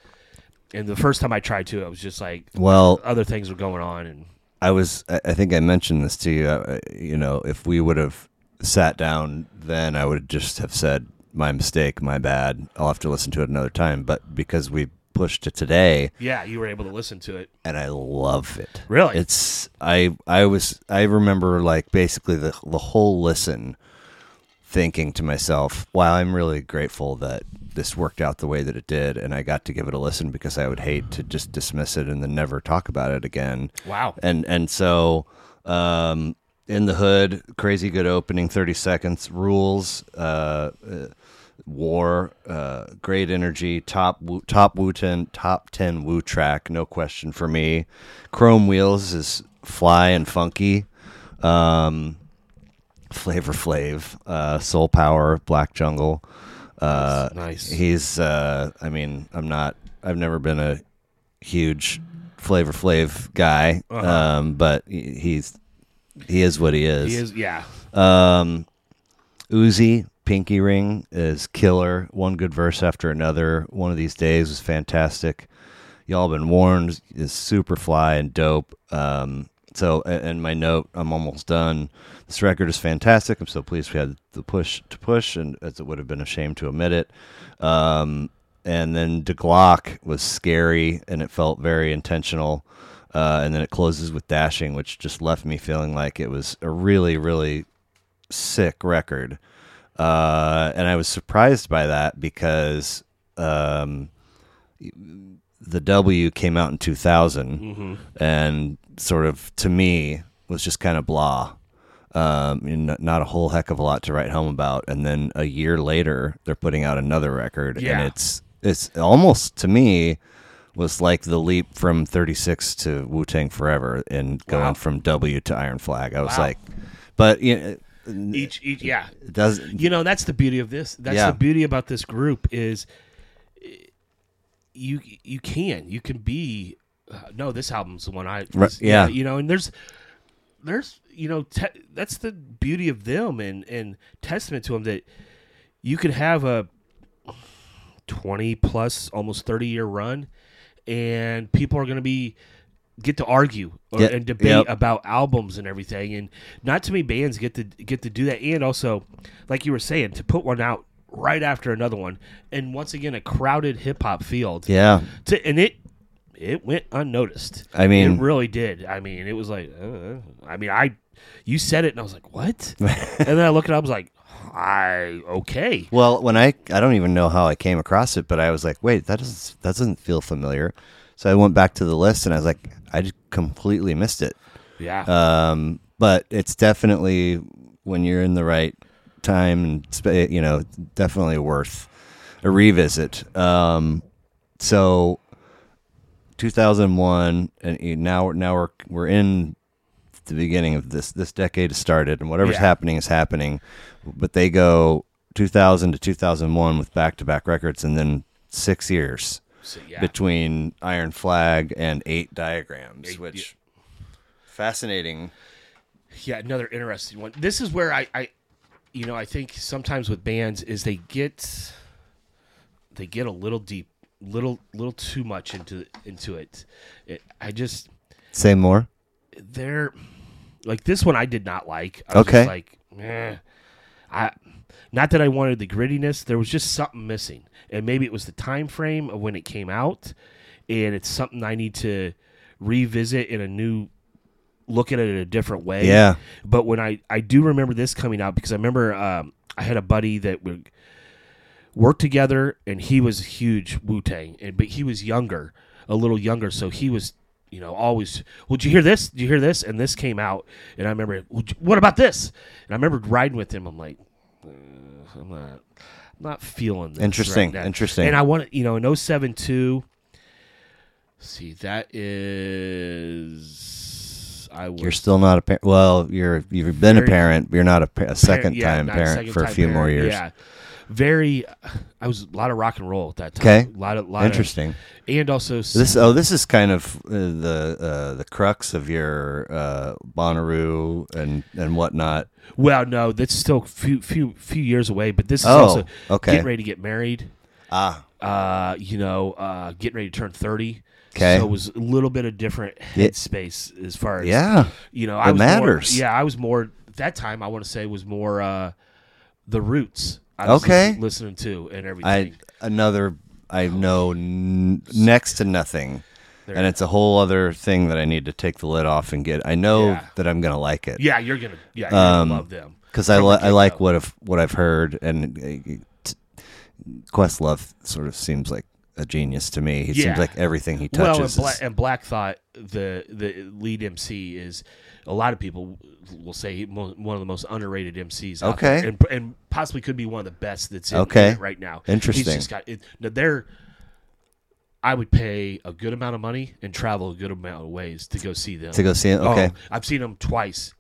S4: And the first time I tried to, I was just like,
S1: Well,
S4: other things were going on, and
S1: I was. I I think I mentioned this to you. uh, You know, if we would have sat down then, I would just have said, "My mistake, my bad. I'll have to listen to it another time." But because we pushed to today,
S4: yeah, you were able to listen to it.
S1: and I love it.
S4: Really?
S1: It's I I was I remember like basically the the whole listen thinking to myself, wow, I'm really grateful that this worked out the way that it did and I got to give it a listen because I would hate to just dismiss it and then never talk about it again.
S4: Wow.
S1: And and so um In the Hood, crazy good opening, 30 seconds, rules, uh, uh, war, uh, great energy, top Wu- top Wu 10, top 10 Wu track, no question for me. Chrome Wheels is fly and funky. Um, Flavor Flav, uh, Soul Power, Black Jungle. Uh,
S4: Nice.
S1: He's, uh, I mean, I'm not, I've never been a huge Flavor Flav guy, um, but he- he's, he is what he is.
S4: He is, yeah.
S1: Uzi Pinky Ring is killer. One good verse after another. One of these days was fantastic. Y'all been warned is super fly and dope. Um, so, a- and my note, I'm almost done. This record is fantastic. I'm so pleased we had the push to push, and as it would have been a shame to omit it. Um, and then De Glock was scary, and it felt very intentional. Uh, and then it closes with Dashing, which just left me feeling like it was a really, really sick record. Uh, and I was surprised by that because um, the W came out in 2000
S4: Mm-hmm.
S1: and sort of to me was just kind of blah. Um, you know, not a whole heck of a lot to write home about. And then a year later, they're putting out another record,
S4: Yeah.
S1: and it's it's almost to me was like the leap from 36 to Wu Tang Forever and going from W to Iron Flag. I was
S4: Wow.
S1: like, but you know,
S4: Each, each, yeah.
S1: it does
S4: You know, that's the beauty of this. That's
S1: Yeah.
S4: the beauty about this group is eh, you you can you can be uh, no, this album's the one I
S1: Right, yeah.
S4: you know, and there's there's you know te- that's the beauty of them and and testament to them that you could have a 20 plus almost 30 year run and people are going to be get to argue or,
S1: Yeah,
S4: and debate
S1: yep.
S4: about albums and everything and not too many bands get to get to do that and also like you were saying to put one out right after another one and once again a crowded hip hop field
S1: yeah
S4: to, and it it went unnoticed.
S1: I mean-
S4: it really did. I mean, it was like, uh, I mean, I you said it, and I was like, what? and then I looked it up, I was like, I okay.
S1: well when i i don't even know how i came across it but i was like wait that doesn't that doesn't feel familiar so i went back to the list and i was like i just completely missed it
S4: Yeah,
S1: um but it's definitely when you're in the right time and spa- you know definitely worth a revisit um so 2001 and you- now we're- now we're we're in the beginning of this this decade has started and whatever's
S4: Yeah.
S1: happening is happening but they go 2000 to 2001 with back-to-back records and then 6 years
S4: so, yeah.
S1: between Iron Flag and Eight Diagrams
S4: Eight,
S1: which fascinating
S4: yeah another interesting one this is where I, I you know i think sometimes with bands is they get they get a little deep little little too much into into it, it i just
S1: Say more.
S4: they're like this one I did not like. I was
S1: Okay.
S4: just like, eh. I not that I wanted the grittiness. There was just something missing, and maybe it was the time frame of when it came out, and it's something I need to revisit in a new look at it in a different way.
S1: Yeah.
S4: But when I I do remember this coming out because I remember um, I had a buddy that would worked together, and he was huge Wu Tang, and but he was younger, a little younger, so he was, you know, always. Well, did you hear this? Did you hear this? And this came out, and I remember. "Well, j- What about this? And I remember riding with him. I'm like, "Uh, I'm not, I'm not feeling this. right
S1: Interesting,
S4: now."
S1: interesting.
S4: And I want you know, in 07 too. See, that is. I was
S1: You're still not a parent. Well, you're you've been a
S4: Very-
S1: parent. You're not a, par- a second
S4: yeah,
S1: time
S4: not
S1: parent
S4: second
S1: for a
S4: time
S1: few more
S4: parent,
S1: years.
S4: Yeah, very. I was a lot of rock and roll at that time.
S1: Okay.
S4: a lot of lot
S1: Interesting.
S4: Of, and also s-
S1: This oh, this is kind of uh, the uh, the crux of your uh, Bonnaroo and and whatnot.
S4: well, no, that's still few few few years away. But this is
S1: Oh,
S4: also
S1: okay.
S4: getting ready to get married.
S1: Ah,
S4: Uh, you know, uh, getting ready to turn thirty.
S1: 'Kay.
S4: so it was a little bit of different
S1: Yeah.
S4: headspace as far as
S1: yeah.
S4: you know, I
S1: It
S4: was more-
S1: matters.
S4: yeah, I was more at that time. I want to say was more uh, the Roots. I
S1: Okay.
S4: lis- listening to and everything.
S1: I another I know n- next to nothing, and it's a whole other thing that I need to take the lid off and get. I know
S4: Yeah.
S1: that I'm gonna like it.
S4: yeah, you're gonna yeah, you're gonna
S1: Um,
S4: love them.
S1: because I,
S4: From
S1: li-
S4: the
S1: I like
S4: get-go.
S1: what I've what I've heard, and uh, t- Questlove sort of seems like a genius to me. He
S4: Yeah.
S1: seems like everything he touches.
S4: Well, and, Bla-
S1: is,
S4: and Black Thought, the the lead MC, is a lot of people will say he mo- one of the most underrated MCs. out
S1: Okay.
S4: there, and, and possibly could be one of the best that's in,
S1: Okay.
S4: in it right now.
S1: Interesting.
S4: He's just got it. Now they're, I would pay a good amount of money and travel a good amount of ways to go see them. Oh,
S1: To go see 'em? Okay.
S4: I've seen them twice,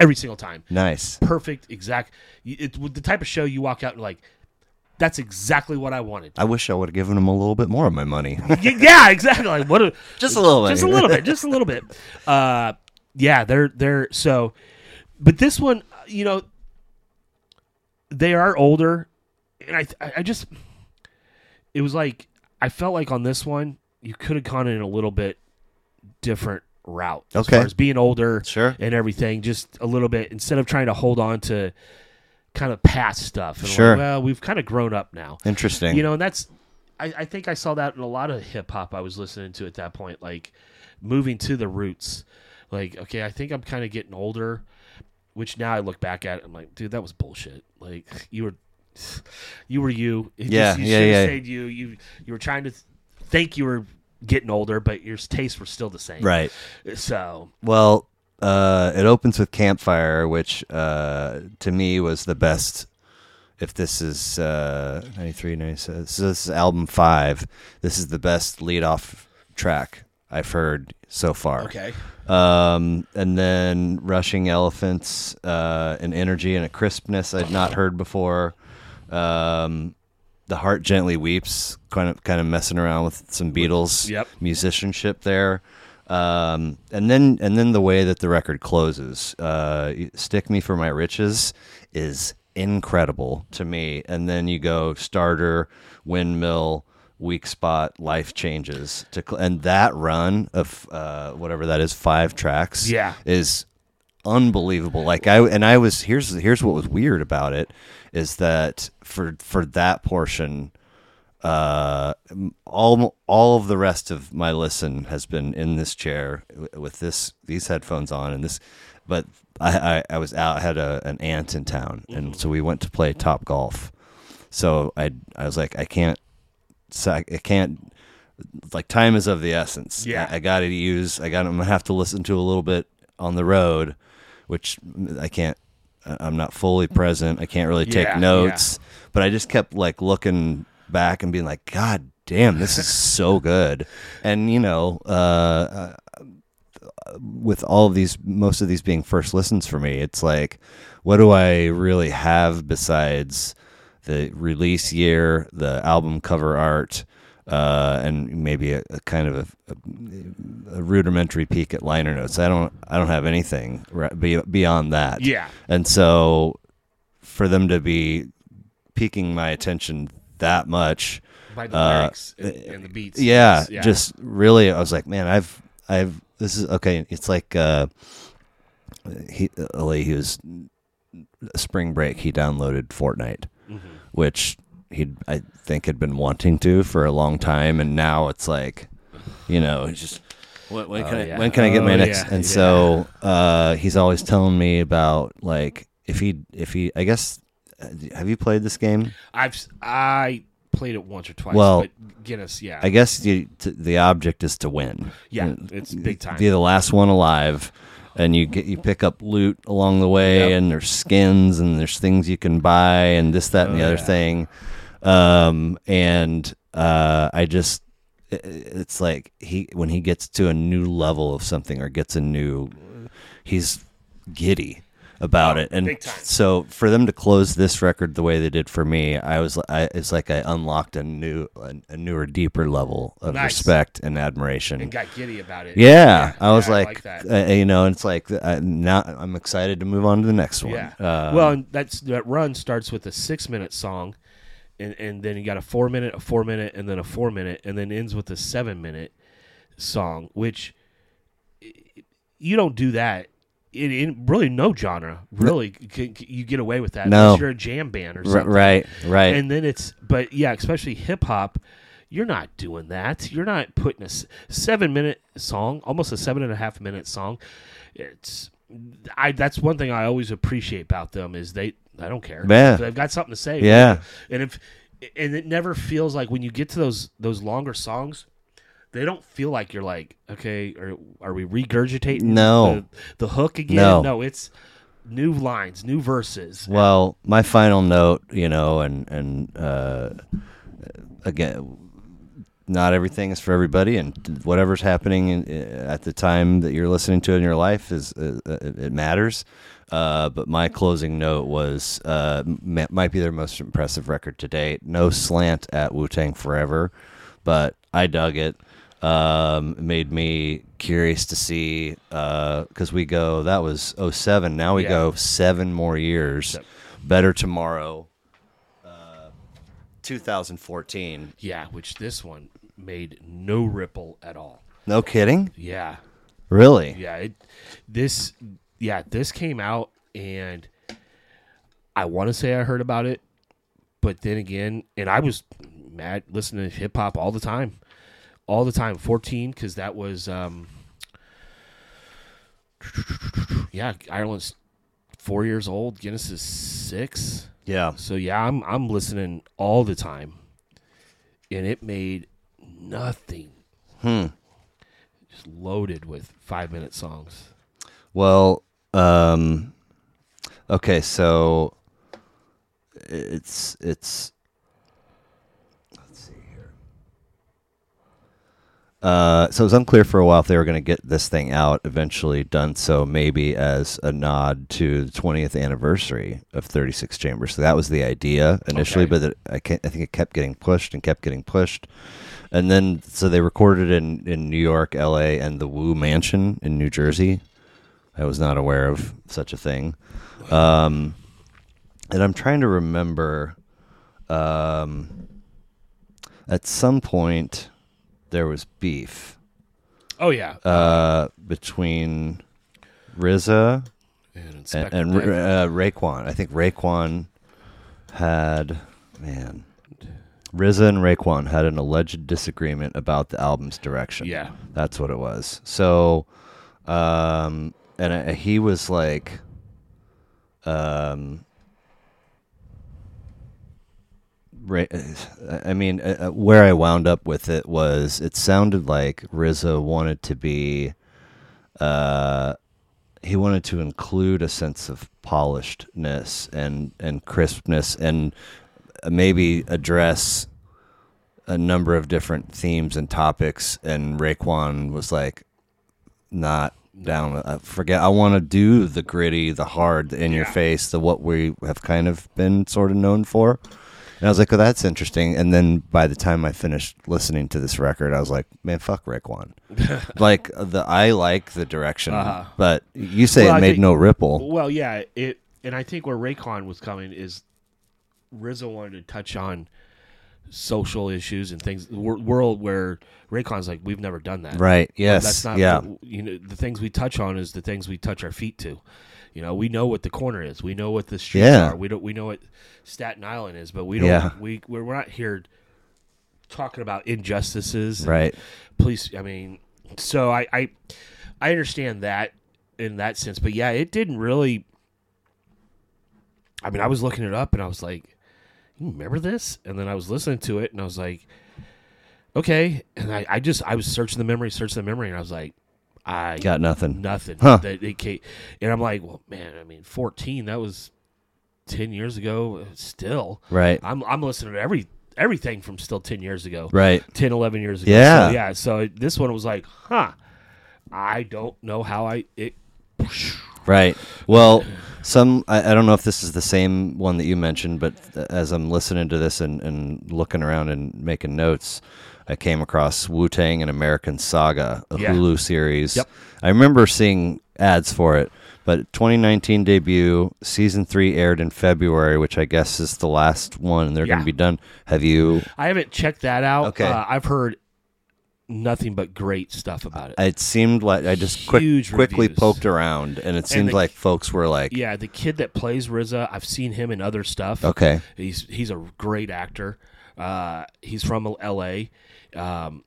S4: every single time.
S1: nice.
S4: Perfect, exact. It's the type of show you walk out and like, that's exactly what I wanted.
S1: I wish I would have given him a little bit more of my money.
S4: Y- yeah, exactly. Like what? A,
S1: Just a little bit.
S4: Just a little bit. Just a little bit. Uh, yeah, they're they're so, but this one, you know, they are older, and I I- I just it was like I felt like on this one you could have gone in a little bit different route as
S1: Okay.
S4: far as being older
S1: Sure.
S4: and everything just a little bit instead of trying to hold on to kind of past stuff and like,
S1: Sure.
S4: well we've kind of grown up now
S1: Interesting.
S4: you know, and that's I, I think I saw that in a lot of hip hop I was listening to at that point, like moving to the roots. Like, okay, I think I'm kind of getting older, which now I look back at it, I'm like, dude, that was bullshit. Like you were you were you. It
S1: Yeah,
S4: you
S1: yeah,
S4: should've
S1: yeah.
S4: stayed you. You you were trying to th- think you were getting older, but your tastes were still the same. Uh,
S1: right.
S4: So
S1: Well, uh, it opens with Campfire, which uh, to me was the best. If this is uh, 93, 96, so this is album five. This is the best lead off track I've heard so far. Um, and then Rushing Elephants, uh, an energy and a crispness I'd not heard before. Um, the Heart Gently Weeps, kind of kind of messing around with some Beatles
S4: Yep.
S1: musicianship there. Um, and then and then the way that the record closes, uh, "Stick Me for My Riches" is incredible to me. And then you go starter, windmill, weak spot, life changes to, cl- and that run of uh, whatever that is, five tracks,
S4: Yeah.
S1: is unbelievable. Like I and I was here's here's what was weird about it is that for for that portion uh, m- all all of the rest of my listen has been in this chair w- with this these headphones on and this, but I I, I was out I had a, an aunt in town and so we went to play top golf, so I I was like I can't sac- I can't like time is of the essence
S4: Yeah.
S1: I, I got to use I got I'm gonna have to listen to a little bit on the road, which I can't I- I'm not fully present I can't really take
S4: Yeah,
S1: notes but I just kept like looking back and being like, God damn, this is so good. And you know, uh, uh, with all of these, most of these being first listens for me, it's like, what do I really have besides the release year, the album cover art? Uh, and maybe a, a kind of a, a, a rudimentary peek at liner notes. I don't, I don't have anything re- be- beyond that.
S4: Yeah.
S1: And so, for them to be piquing my attention that much.
S4: by the
S1: Uh,
S4: lyrics and, and the beats.
S1: Yeah, just really, I was like, man, I've, I've, this is okay. It's like, uh, he, LA, he was spring break. He downloaded Fortnite,
S4: Mm-hmm.
S1: which he, I think, had been wanting to for a long time, and now it's like, you know, it's just when, when can I
S4: yeah.
S1: when can I get
S4: Oh,
S1: my next?
S4: yeah,
S1: And
S4: yeah.
S1: so uh, he's always telling me about like if he if he I guess uh, have you played this game?
S4: I've s- I played it once or twice.
S1: Well,
S4: but Guinness, yeah,
S1: I guess you, t- the object is to win. Uh,
S4: yeah,
S1: And
S4: it's big time.
S1: Be the last one alive, and you get you pick up loot along the way, and there's skins, and there's things you can buy, and this, that, and
S4: Oh,
S1: the other thing. Um, and uh, I just i- i- it's like he when he gets to a new level of something or gets a new, he's giddy about it and
S4: Oh, big time.
S1: so for them to close this record the way they did for me i was li- I, it's like i unlocked a new a, a newer deeper level of
S4: Nice.
S1: respect and admiration
S4: and got giddy about it.
S1: yeah, I was
S4: yeah, I
S1: like,
S4: like
S1: uh, you know, and it's like uh, now I'm excited to move on to the next one.
S4: Yeah.
S1: Uh,
S4: well, and that's that run starts with a six minute song, and and then you got a four minute, a four minute, and then a four minute, and then ends with a seven minute song, which i- you don't do that. In, in really no genre, really, c- c- you get away with that
S1: No.
S4: unless you're a jam band or
S1: r-
S4: something.
S1: right, right.
S4: and then it's but yeah especially hip hop you're not doing that you're not putting a s- seven minute song almost a seven and a half minute song it's i that's one thing i always appreciate about them is they i don't care
S1: Yeah.
S4: If they've got something to say
S1: Yeah.
S4: and if and it never feels like when you get to those those longer songs they don't feel like you're like okay are, are we regurgitating
S1: No.
S4: the, the hook again
S1: No.
S4: it's new lines new verses
S1: Well, my final note, you know, and and uh, again, not everything is for everybody, and whatever's happening in, at the time that you're listening to it in your life is uh, it, it matters. Uh, but my closing note was uh, m- might be their most impressive record to date. No slant at Wu Tang Forever, but I dug it. Um, it made me curious to see because we go that was 07 now we
S4: Yeah.
S1: go seven more years better tomorrow uh, 2014
S4: yeah which this one made no ripple at all
S1: no kidding
S4: yeah
S1: Really?
S4: yeah it, this yeah this came out and i want to say i heard about it but then again and i was mad listening to hip-hop all the time all the time 14 because that was um yeah ireland's four years old guinness is six
S1: Yeah.
S4: so yeah, I'm I'm listening all the time, and it made nothing. Hmm. Just loaded with five minute songs.
S1: Well, um okay, so it's it's let's see here. Uh, so it was unclear for a while if they were going to get this thing out. Eventually, done so maybe as a nod to the 20th anniversary of 36 Chambers. So that was the idea initially,
S4: Okay.
S1: but it, I, can't, I think it kept getting pushed and kept getting pushed. And then, so they recorded in, in New York, LA, and the Woo Mansion in New Jersey. I was not aware of such a thing. Um, and I'm trying to remember. Um, at some point, there was beef
S4: Oh yeah,
S1: uh, between RZA
S4: and,
S1: and,
S4: Inspector
S1: and
S4: Deck.
S1: uh, Raekwon. I think Raekwon had man. RZA and Raekwon had an alleged disagreement about the album's direction.
S4: Yeah.
S1: that's what it was. So, um, and uh, he was like, um, Ra- I mean, uh, uh, where I wound up with it was it sounded like RZA wanted to be uh, he wanted to include a sense of polishedness and and crispness and maybe address a number of different themes and topics and Raekwon was like not down with- I forget I want to do the gritty the hard the in your face the what we have kind of been sort of known for and I was like oh that's interesting and then by the time I finished listening to this record I was like man fuck Raekwon like the I like the direction but you say
S4: Uh-huh. Well, I
S1: it made
S4: think-
S1: no ripple
S4: Well, yeah, it and I think where Raycon was coming is Rizzo wanted to touch on social issues and things the wor- world where Raycon's like we've never done that.
S1: right yes
S4: that's not
S1: yeah
S4: you know the things we touch on is the things we touch our feet to you know we know what the corner is we know what the streets
S1: Yeah.
S4: are we don't we know what staten island is but we don't
S1: Yeah.
S4: we we're, we're not here talking about injustices and
S1: right
S4: police i mean so I, I i understand that in that sense but yeah it didn't really i mean i was looking it up and i was like you remember this and then i was listening to it and i was like okay and i, I just i was searching the memory searching the memory and i was like i
S1: got nothing
S4: nothing
S1: Huh.
S4: that it came, and i'm like well man i mean 14 that was 10 years ago uh, still
S1: right
S4: i'm i'm listening to every everything from still 10 years ago
S1: right
S4: 10 11 years ago
S1: Yeah.
S4: so, yeah so it- this one was like huh i don't know how i it
S1: Right. Well, some I, I don't know if this is the same one that you mentioned, but th- as I'm listening to this and, and looking around and making notes, I came across Wu Tang and American Saga, a
S4: Yeah.
S1: Hulu series.
S4: Yep.
S1: I remember seeing ads for it. But 2019 debut, season three aired in February, which I guess is the last one, and they're going
S4: Yeah.
S1: to be done. Have you?
S4: i haven't checked that out
S1: Okay.
S4: uh, i've heard nothing but great stuff about it
S1: It seemed like I just quick,
S4: Huge
S1: quickly
S4: reviews.
S1: poked around, and it seemed
S4: the-
S1: like folks were like,
S4: yeah the kid that plays rizza i've seen him in other stuff
S1: "Okay,
S4: He's he's a great actor. Uh, he's from L.A. Um,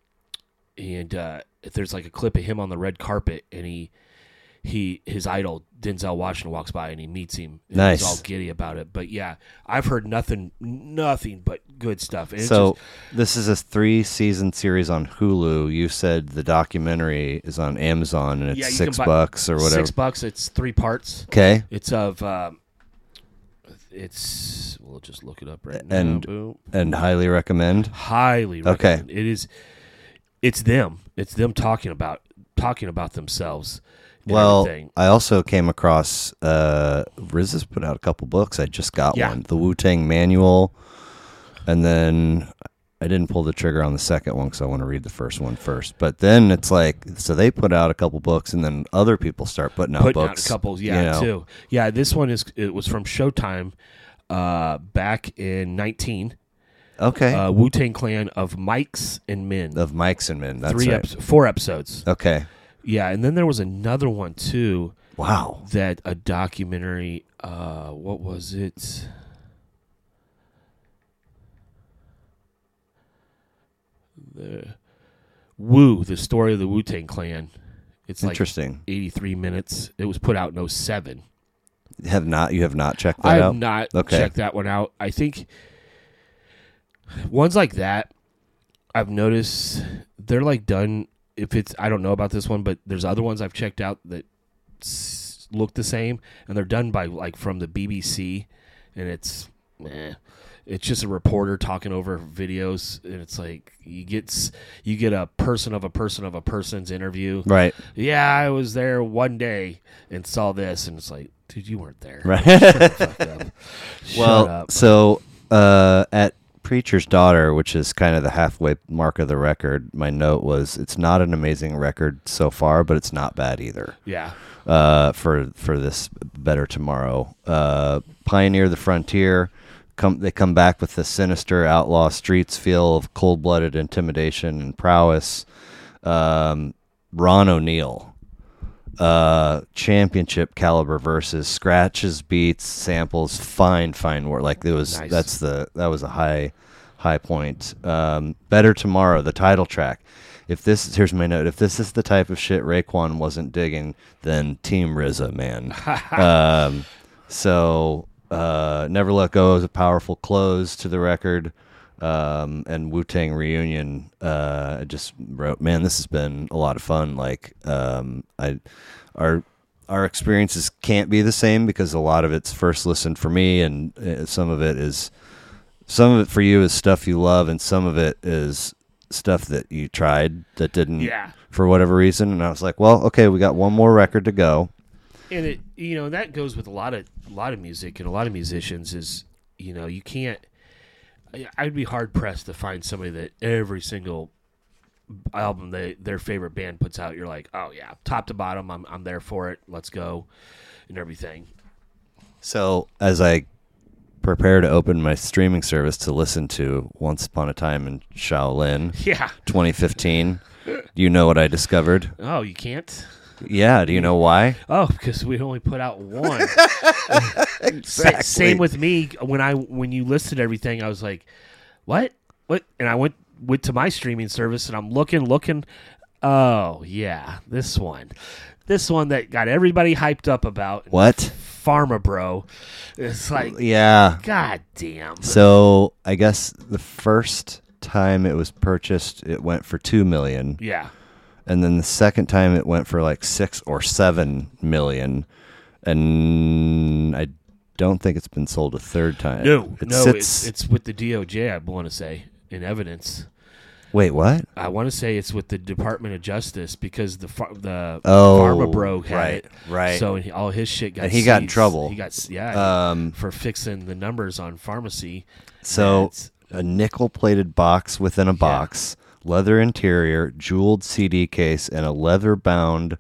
S4: and uh, there's like a clip of him on the red carpet, and he he his idol Denzel Washington walks by and he meets him. And
S1: Nice.
S4: He's all giddy about it. But yeah, I've heard nothing, nothing but good stuff. And it's
S1: So
S4: just-
S1: this is a three season series on Hulu. You said the documentary is on Amazon and it's
S4: yeah, you
S1: six
S4: can buy-
S1: bucks or whatever.
S4: Six bucks. It's three parts.
S1: okay.
S4: It's of. Um, it's we'll just look it up right
S1: And-
S4: now. Boom.
S1: And highly recommend.
S4: highly
S1: Okay.
S4: recommend. It is it's them. It's them talking about talking about themselves. and
S1: Well,
S4: everything.
S1: I also came across uh Riz has put out a couple books. I just got
S4: Yeah.
S1: one. The Wu Tang Manual. And then I didn't pull the trigger on the second one because I want to read the first one first. But then it's like, so they put out a couple books, and then other people start putting out
S4: putting
S1: books.
S4: out a couple,
S1: you
S4: yeah,
S1: know.
S4: too. Yeah, this one is it was from Showtime uh back in 19
S1: Okay,
S4: uh Wu-Tang Clan of Mikes and Men.
S1: of Mike's and Men. That's
S4: Three
S1: right.
S4: episodes, four episodes.
S1: Okay,
S4: Yeah, and then there was another one too
S1: wow.
S4: that a documentary uh what was it? The Wu, the story of the Wu Tang Clan. It's like
S1: Interesting.
S4: 83 minutes. It was put out in 07.
S1: Have not you have not checked that
S4: I
S1: out?
S4: have not
S1: Okay.
S4: checked that one out. I think ones like that, I've noticed they're like done. If it's, I don't know about this one, but there's other ones I've checked out that s- look the same, and they're done by like from the BBC, and it's, eh, it's just a reporter talking over videos, and it's like you get s- you get a person of a person of a person's interview.
S1: Right.
S4: Yeah, I was there one day and saw this, and it's like, dude, you weren't there.
S1: Right.
S4: Shut
S1: Well,
S4: up.
S1: so uh, at Preacher's Daughter, which is kind of the halfway mark of the record, my note was it's not an amazing record so far, but it's not bad either.
S4: yeah,
S1: uh, for for this better tomorrow. Uh, pioneer the frontier. Come, they come back with the sinister outlaw streets feel of cold-blooded intimidation and prowess. Um, Ron O'Neill, uh, championship caliber versus scratches, beats, samples, fine, fine work. Like it was
S4: Nice.
S1: that's the that was a high high point. Um, Better Tomorrow, the title track. If this here's my note, if this is the type of shit Raekwon wasn't digging, then Team RZA, man. um, so uh, Never Let Go is a powerful close to the record. Um, and Wu Tang reunion. Uh, I just wrote, man, this has been a lot of fun. Like, um, I our our experiences can't be the same because a lot of it's first listen for me, and uh, some of it is some of it for you is stuff you love and some of it is stuff that you tried that didn't
S4: Yeah.
S1: for whatever reason and i was like well okay we got one more record to go
S4: and it you know that goes with a lot of a lot of music and a lot of musicians is you know you can't. I- I'd be hard pressed to find somebody that every single album they their favorite band puts out, you're like, oh yeah, top to bottom, I'm I'm there for it. Let's go, and everything.
S1: so as i prepare to open my streaming service to listen to once upon a time in shaolin
S4: Yeah.
S1: 2015 you know what i discovered
S4: Oh, you can't.
S1: yeah do you know why
S4: Oh, because we only put out one. exactly. same with me when I when you listed everything, I was like, "What? What?" And I went went to my streaming service and I'm looking, looking. Oh yeah, this one, this one that got everybody hyped up about.
S1: what
S4: Pharma Bro? It's like,
S1: yeah
S4: god damn.
S1: so i guess the first time it was purchased it went for 2 million
S4: Yeah,
S1: and then the second time it went for like six or seven million, and I don't think it's been sold a third time.
S4: no,
S1: it
S4: no,
S1: sits.
S4: it's it's with the DOJ. I want to say in evidence.
S1: wait, what?
S4: I want to say it's with the Department of Justice because the far, the
S1: Oh,
S4: pharma bro had
S1: right,
S4: it.
S1: right.
S4: So he, all his shit got
S1: And he got in
S4: seized.
S1: trouble.
S4: He got s- yeah
S1: Um,
S4: for fixing the numbers on pharmacy.
S1: So
S4: That's-
S1: a nickel-plated box within a box, leather interior, jeweled CD case, and a leather-bound.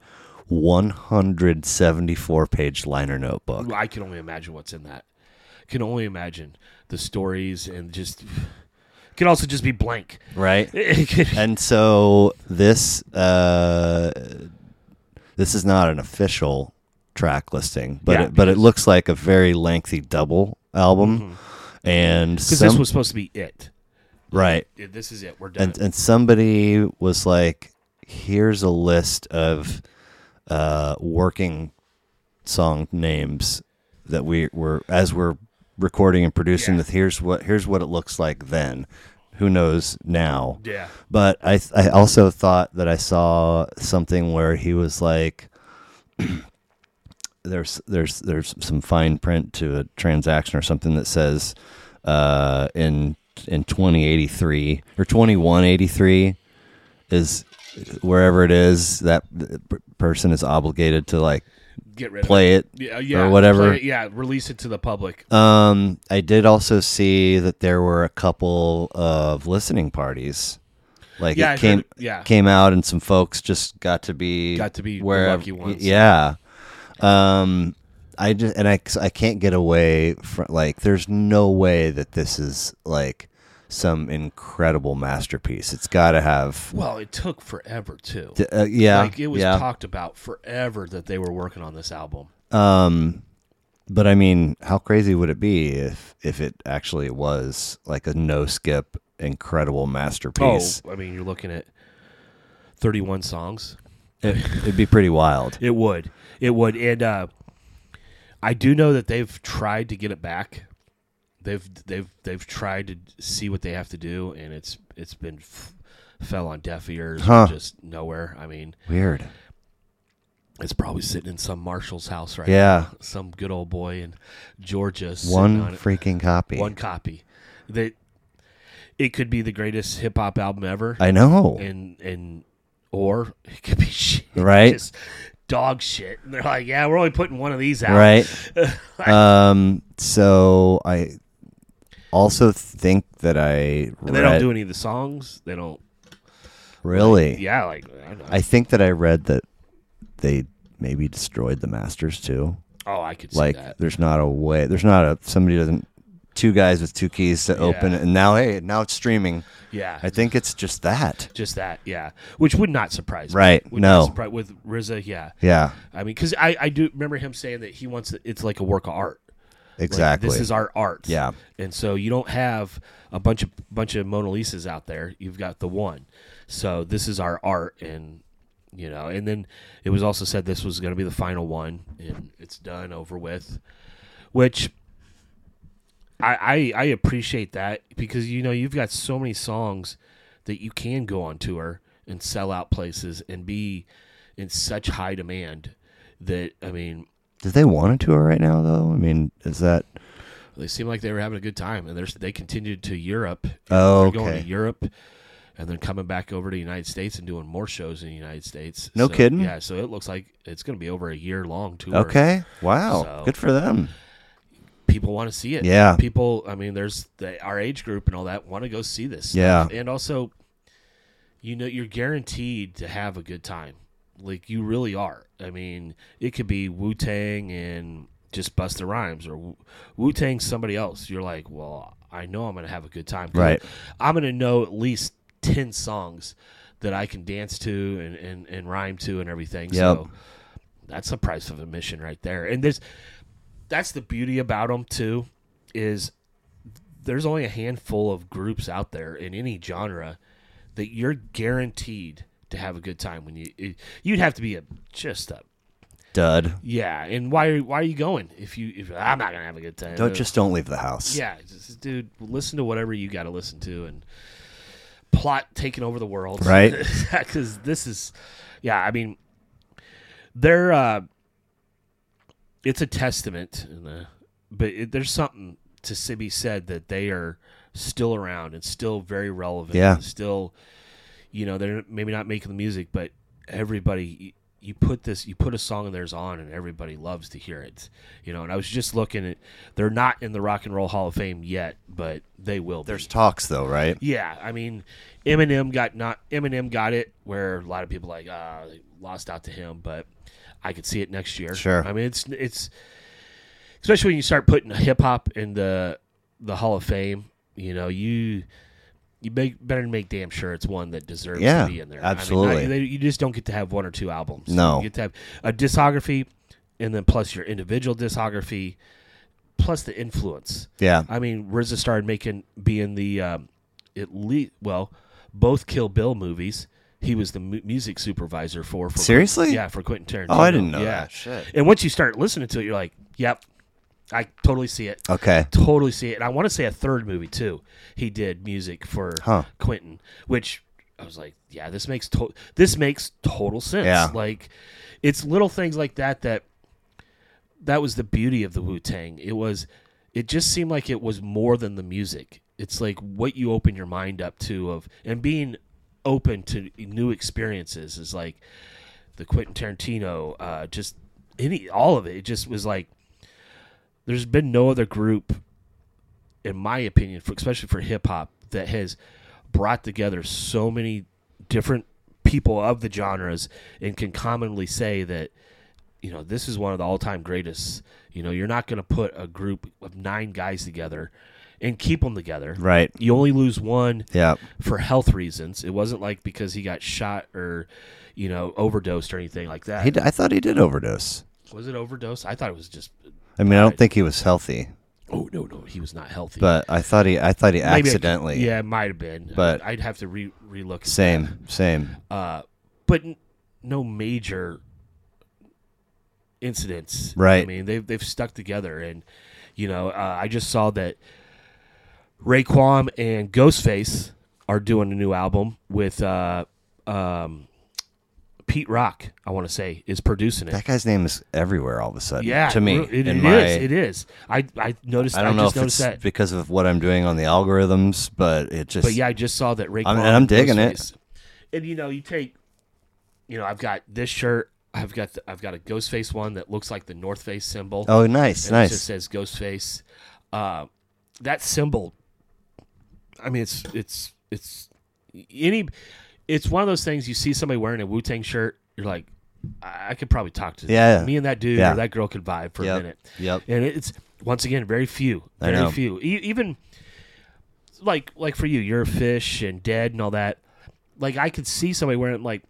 S1: 174 page liner notebook.
S4: I can only imagine what's in that. Can only imagine the stories and just can also just be blank.
S1: Right?
S4: It could-
S1: and so this uh, this is not an official track listing, but
S4: Yeah,
S1: it, but it looks like a very lengthy double album, and
S4: Mm-hmm. Because
S1: some,
S4: this was supposed to be it.
S1: right,
S4: Yeah, This is
S1: uh,
S4: it. We're done.
S1: and and somebody was like, "Here's a list of uh, working song names that we were as we're recording and producing
S4: Yeah.
S1: with here's what here's what it looks like then who knows now
S4: Yeah.
S1: but i th- i also thought that i saw something where he was like there's there's there's some fine print to a transaction or something that says uh in in 2083 or 2183 is wherever it is that uh, p- person is obligated to like
S4: Get rid
S1: play
S4: of
S1: it
S4: it. Yeah, yeah.
S1: or whatever.
S4: play it, yeah, release it to the public.
S1: Um, I did also see that there were a couple of listening parties. Like
S4: Yeah, I
S1: it came
S4: heard- yeah.
S1: came out, and some folks just got to be
S4: Got to be the
S1: wherev-
S4: lucky ones.
S1: Yeah. Um, I just and I I can't get away from like there's no way that this is like some incredible masterpiece. It's got to have.
S4: well, it took forever too.
S1: Uh, yeah,
S4: like it was
S1: yeah.
S4: talked about forever that they were working on this album.
S1: Um, but I mean, how crazy would it be if if it actually was like a no skip, incredible masterpiece?
S4: Oh, I mean, you're looking at 31 songs.
S1: It, it'd be pretty wild.
S4: It would. It would. And uh, I do know that they've tried to get it back. They've they've they've tried to see what they have to do, and it's it's been f- fell on deaf ears,
S1: Huh.
S4: just nowhere. I mean,
S1: Weird.
S4: it's probably sitting in some Marshall's house right
S1: Yeah,
S4: now. Some good old boy in Georgia. sitting on
S1: one
S4: it.
S1: freaking copy.
S4: one copy that it could be the greatest hip hop album ever,
S1: I know.
S4: and and or it could be shit,
S1: Right.
S4: just dog shit. And they're like, yeah, we're only putting one of these out,
S1: Right. um. So I also think that I read,
S4: And they don't do any of the songs. They don't.
S1: really.
S4: Yeah, like I don't know.
S1: I think that I read that they maybe destroyed the masters too.
S4: oh, I could see
S1: like
S4: that.
S1: there's not a way there's not a somebody doesn't two guys with two keys to open
S4: Yeah.
S1: it and now hey now it's streaming
S4: Yeah,
S1: i think it's just that
S4: just that. Yeah, which would not surprise me.
S1: Right,
S4: Would not
S1: no.
S4: surpri- with RZA, yeah.
S1: yeah
S4: I mean, because I I do remember him saying that he wants it- it's like a work of art. Like,
S1: exactly
S4: this is our art.
S1: Yeah.
S4: And so you don't have a bunch of bunch of Mona Lisas out there. You've got the one. So this is our art and you know, and then it was also said this was going to be the final one and it's done over with, which I, I I appreciate that because you know you've got so many songs that you can go on tour and sell out places and be in such high demand that I mean
S1: do they want to tour right now though i mean is that
S4: They seemed like they were having a good time, and they're, they continued to Europe.
S1: Oh,
S4: They're going
S1: okay.
S4: to Europe, and then coming back over to the United States and doing more shows in the United States.
S1: No
S4: So,
S1: kidding?
S4: Yeah, so it looks like it's going to be over a year long tour.
S1: okay wow
S4: So-
S1: good for them
S4: people want to see it.
S1: Yeah.
S4: people. I mean, there's the, our age group and all that want to go see this.
S1: Yeah.
S4: stuff. and also, you know, you're guaranteed to have a good time. Like you really are. I mean, it could be Wu Tang and just Busta Rhymes or Wu Tang somebody else. You're like, well, I know I'm gonna have a good time. 'Cause
S1: Right.
S4: I'm gonna know at least ten songs that I can dance to and and, and rhyme to and everything. So that's the price of admission right there. And there's that's the beauty about them too is there's only a handful of groups out there in any genre that you're guaranteed to have a good time when you it, you'd have to be a just a
S1: dud
S4: yeah and why are- why are you going if you if I'm not gonna have a good time
S1: don't just don't leave the house
S4: yeah just, dude listen to whatever you got to listen to and plot taking over the world
S1: Right.
S4: because this is yeah I mean they're uh it's a testament in the, but it, there's something to si- be said that they are still around and still very relevant
S1: Yeah.
S4: and still you know they're maybe not making the music but everybody y- you put this you put a song of theirs on and everybody loves to hear it you know and i was just looking at they're not in the rock and roll hall of fame yet but they will be.
S1: there's talks though right
S4: Yeah, I mean, Eminem got not Eminem got it where a lot of people like uh, lost out to him, but I could see it next year.
S1: Sure.
S4: I mean, it's it's especially when you start putting hip hop in the the Hall of Fame. You know, you you make, better make damn sure it's one that deserves
S1: Yeah,
S4: to be in there. I
S1: absolutely.
S4: mean, I- you just don't get to have one or two albums.
S1: No.
S4: you get to have a discography, and then plus your individual discography, plus the influence.
S1: yeah
S4: I mean, RZA started making being the um, at least well, both Kill Bill movies. he was the mu- music supervisor for. for
S1: Seriously?
S4: yeah, for Quentin Tarantino.
S1: Oh, I didn't know
S4: yeah.
S1: that. Shit.
S4: And once you start listening to it, you're like, "Yep, I totally see it."
S1: Okay.
S4: totally see it. And I want to say a third movie too. He did music for
S1: Huh.
S4: Quentin, which I was like, yeah, this makes to- this makes total sense.
S1: Yeah.
S4: Like it's little things like that that that was the beauty of the Wu Tang. It was it just seemed like it was more than the music. It's like what you open your mind up to of and being open to new experiences is like the Quentin Tarantino, uh, just any all of it. It just was like there's been no other group, in my opinion, for, especially for hip hop, that has brought together so many different people of the genres and can commonly say that you know this is one of the all-time greatest. You know, you're not going to put a group of nine guys together and keep them together.
S1: Right.
S4: You only lose one
S1: Yeah.
S4: for health reasons. It wasn't like because he got shot or, you know, overdosed or anything like that.
S1: He, d- I thought he did overdose.
S4: was it overdose? I thought it was just.
S1: I mean, I
S4: Right.
S1: don't think he was healthy,
S4: Oh no, no, he was not healthy.
S1: but I thought he I thought he
S4: Maybe I-
S1: accidentally.
S4: yeah, it might have been.
S1: But-
S4: I'd have to re relook. at that.
S1: Same. Same.
S4: Uh, but n- no major incidents. I
S1: Right.
S4: mean, they've they've stuck together, and you know, uh, I just saw that Raekwon and Ghostface are doing a new album with uh, um, Pete Rock. I want to say is producing it.
S1: that guy's name is everywhere all of a sudden.
S4: yeah,
S1: To me.
S4: it- it
S1: in
S4: is,
S1: my,
S4: It is. I I noticed.
S1: I
S4: I,
S1: don't know
S4: just
S1: if it's
S4: noticed that.
S1: because of what I'm doing on the algorithms, but it just.
S4: But yeah, I just saw that Raekwon.
S1: I'm- and I'm
S4: and
S1: digging it.
S4: Ghostface. And you know, you take, you know, I've got this shirt. I've got the, I've got a Ghostface one that looks like the North Face symbol.
S1: Oh, nice,
S4: and It
S1: nice.
S4: just says Ghostface. Uh, that symbol. I mean, it's it's it's any. It's one of those things you see somebody wearing a Wu Tang shirt. You're like, I, I could probably talk to
S1: Yeah.
S4: me and that dude
S1: Yeah.
S4: or that girl could vibe for
S1: Yep.
S4: a minute.
S1: Yep.
S4: And it's once again very few,
S1: I
S4: very
S1: know.
S4: few. E- even like like for you, you're a fish and dead and all that. Like I could see somebody wearing it, like,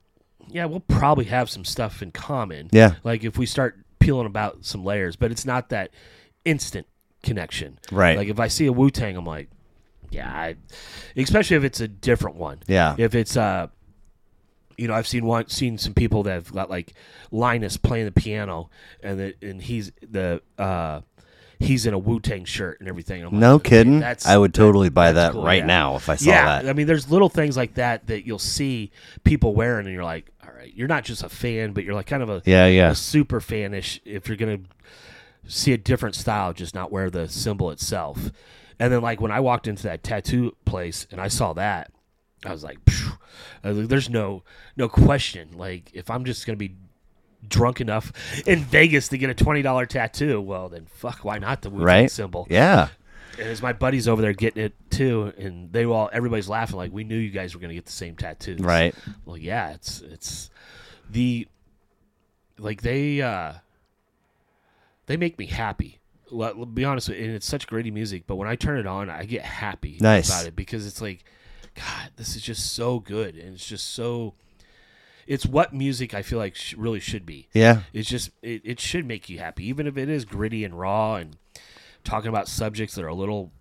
S4: yeah, we'll probably have some stuff in common.
S1: Yeah.
S4: Like if we start peeling about some layers, but it's not that instant connection.
S1: Right.
S4: Like if I see a Wu Tang, I'm like, yeah, I, especially if it's a different one.
S1: Yeah.
S4: If it's uh you know, I've seen one, seen some people that have got like Linus playing the piano, and the, and he's the uh, he's in a Wu Tang shirt and everything. I'm like,
S1: no
S4: okay,
S1: kidding.
S4: that's-
S1: I would totally buy
S4: that's
S1: that
S4: cool,
S1: right
S4: yeah.
S1: now if I saw
S4: yeah,
S1: that.
S4: I mean, there's little things like that that you'll see people wearing, and you're like, all right, you're not just a fan, but you're like kind of a
S1: Yeah, yeah.
S4: a super fanish. If you're gonna see a different style, just not wear the symbol itself. And then like when I walked into that tattoo place and I saw that, I was like, phew. I was like, there's no no question. Like if I'm just gonna be drunk enough in Vegas to get a twenty dollar tattoo, well then fuck, why not the Wu
S1: Right?
S4: symbol?
S1: Yeah.
S4: And as my buddies over there getting it too, and they were all everybody's laughing like we knew you guys were gonna get the same tattoos.
S1: Right.
S4: Well, yeah, it's it's the like they uh they make me happy. Let, let be honest with you, and it's such gritty music, but when I turn it on, I get happy
S1: Nice.
S4: about it because it's like, God, this is just so good, and it's just so. It's what music I feel like sh- really should be.
S1: Yeah.
S4: It's just it, it should make you happy, even if it is gritty and raw and talking about subjects that are a little,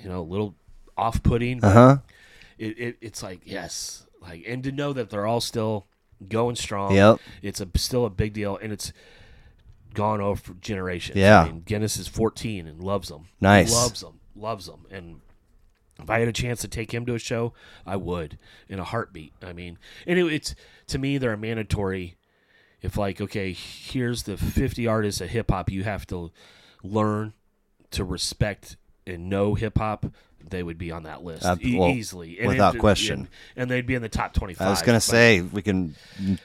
S4: you know, a little off-putting. Uh
S1: Uh-huh.
S4: huh. It, it it's like yes, like and to know that they're all still going strong.
S1: Yep.
S4: It's a still a big deal, and it's gone over for generations.
S1: Yeah.
S4: I mean, Guinness is 14 and loves them.
S1: Nice.
S4: Loves them. Loves them. And if I had a chance to take him to a show, I would in a heartbeat. I mean, and it, it's to me they're a mandatory. If like okay, here's the 50 artists of hip hop you have to learn to respect and know hip hop, they would be on that list
S1: Uh,
S4: e-
S1: well,
S4: easily And
S1: without
S4: it-
S1: question.
S4: and they'd be in the top 25.
S1: I was gonna
S4: but-
S1: say we can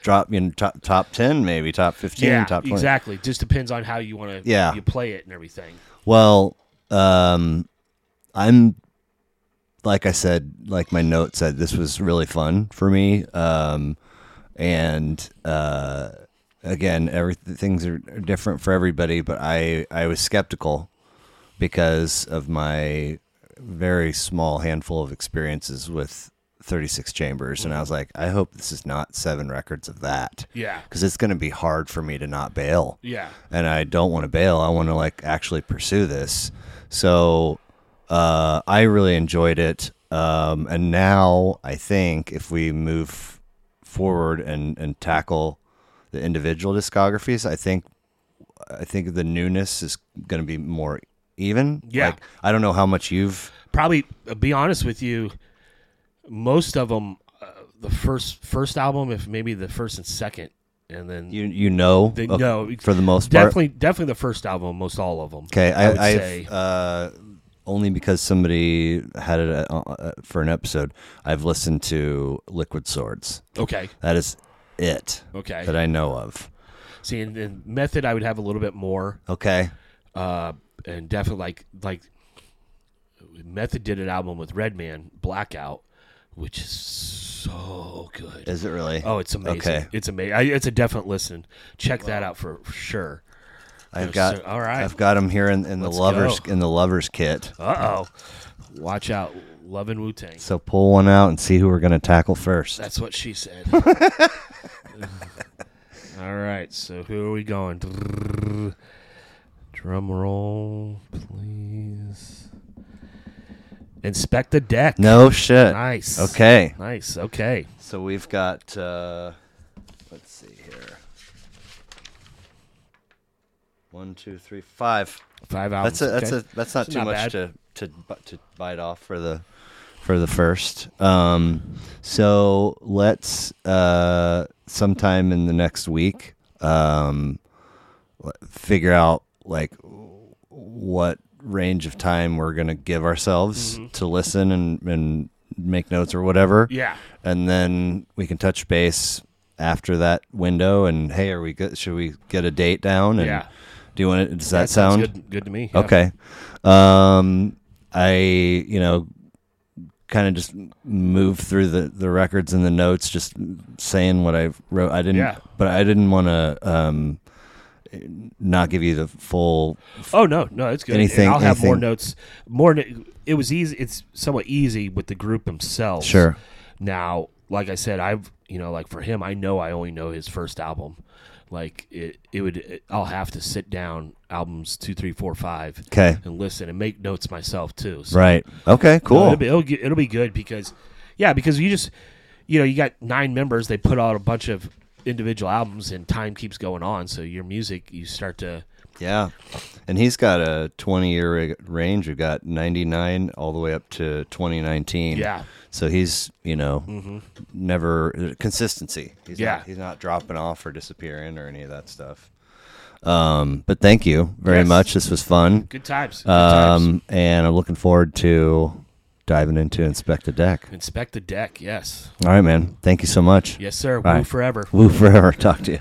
S1: drop you know, top top ten, maybe top fifteen,
S4: yeah,
S1: top twenty.
S4: exactly. Just depends on how you want to
S1: Yeah.
S4: you play it and everything.
S1: Well, um, I'm like I said, like my note said, this was really fun for me. Um, and uh, again, every things are are different for everybody, but I I was skeptical because of my very small handful of experiences with 36 chambers and I was like I hope this is not seven records of that.
S4: Yeah.
S1: Cuz it's going to be hard for me to not bail
S4: Yeah.
S1: and I don't want to bail. I want to like actually pursue this. So uh, I really enjoyed it. Um, and now I think if we move forward and and tackle the individual discographies, I think I think the newness is going to be more even.
S4: Yeah.
S1: Like, I don't know how much you've
S4: probably uh, be honest with you most of them uh, the first first album if maybe the first and second and then
S1: you you know
S4: they,
S1: uh,
S4: no
S1: for the most part.
S4: definitely definitely the first album most all of them
S1: Okay,
S4: I would
S1: I,
S4: say.
S1: I've uh, only because somebody had it uh, uh, for an episode. I've listened to Liquid Swords.
S4: okay
S1: That is it
S4: okay
S1: that I know of.
S4: see and, and method i would have a little bit more
S1: Okay,
S4: uh and definitely like like method did an album with redman blackout which is so good
S1: is it really?
S4: oh it's amazing
S1: Okay,
S4: it's amazing I, it's a definite listen check that out for, for sure
S1: I've got.
S4: so- all right.
S1: I've got them here in, in the
S4: Let's
S1: lovers
S4: go.
S1: in the lovers kit.
S4: Uh oh. Watch out. Loving Wu Tang.
S1: So pull one out and see who we're gonna tackle first.
S4: That's what she said. All right. So who are we going? Drum roll, please. Inspect the deck.
S1: no shit.
S4: Nice.
S1: Okay,
S4: Nice. Okay.
S1: so we've got. Uh, let's see here. One, two, three, five.
S4: Five albums.
S1: That's a, that's
S4: Um, okay?
S1: a that's not
S4: It's
S1: too
S4: not
S1: much
S4: bad.
S1: to to bu- to bite off for the for the first. Um, so let's uh, sometime in the next week um, l- figure out like what range of time we're gonna give ourselves to listen and and make notes or whatever.
S4: Mm-hmm. Yeah.
S1: and then we can touch base after that window and hey, are we good? Should we get a date down? And
S4: Yeah.
S1: Do you want it? Does that,
S4: sounds
S1: sound
S4: good, good to me? yeah.
S1: Okay. Um, I, you know, kind of just move through the, the records and the notes, just saying what I wrote. I didn't,
S4: Yeah.
S1: but I didn't want to, um, not give you the full.
S4: Oh no, no, it's good.
S1: Anything-
S4: I'll have more
S1: anything-
S4: notes. More. no- It was easy. It's somewhat easy with the group themselves.
S1: Sure.
S4: Now, like I said, I've you know, like for him, I know I only know his first album. Like it, it would. I'll have to sit down albums two, three, four, five.
S1: 'Kay.
S4: And listen and make notes myself too. So
S1: Right. Okay.
S4: no,
S1: Cool.
S4: it'll, be, it'll, ge- it'll be good because, yeah, because you just, you know, you got nine members. They put out a bunch of individual albums, and time keeps going on. So your music, you start to.
S1: yeah. And he's got a 20 year range. We've got 99 all the way up to 2019.
S4: Yeah. Mm-hmm.
S1: So he's, you know, never consistency. He's
S4: Yeah.
S1: Not, he's not dropping off or disappearing or any of that stuff. Um, but thank you very
S4: Yes.
S1: much. This was fun.
S4: Good times. Good times.
S1: Um, and I'm looking forward to diving into Inspect the Deck.
S4: Inspect the deck. Yes.
S1: All right, man. Thank you so much.
S4: Yes, sir.
S1: All
S4: Woo
S1: right.
S4: forever.
S1: Woo forever. Talk to you.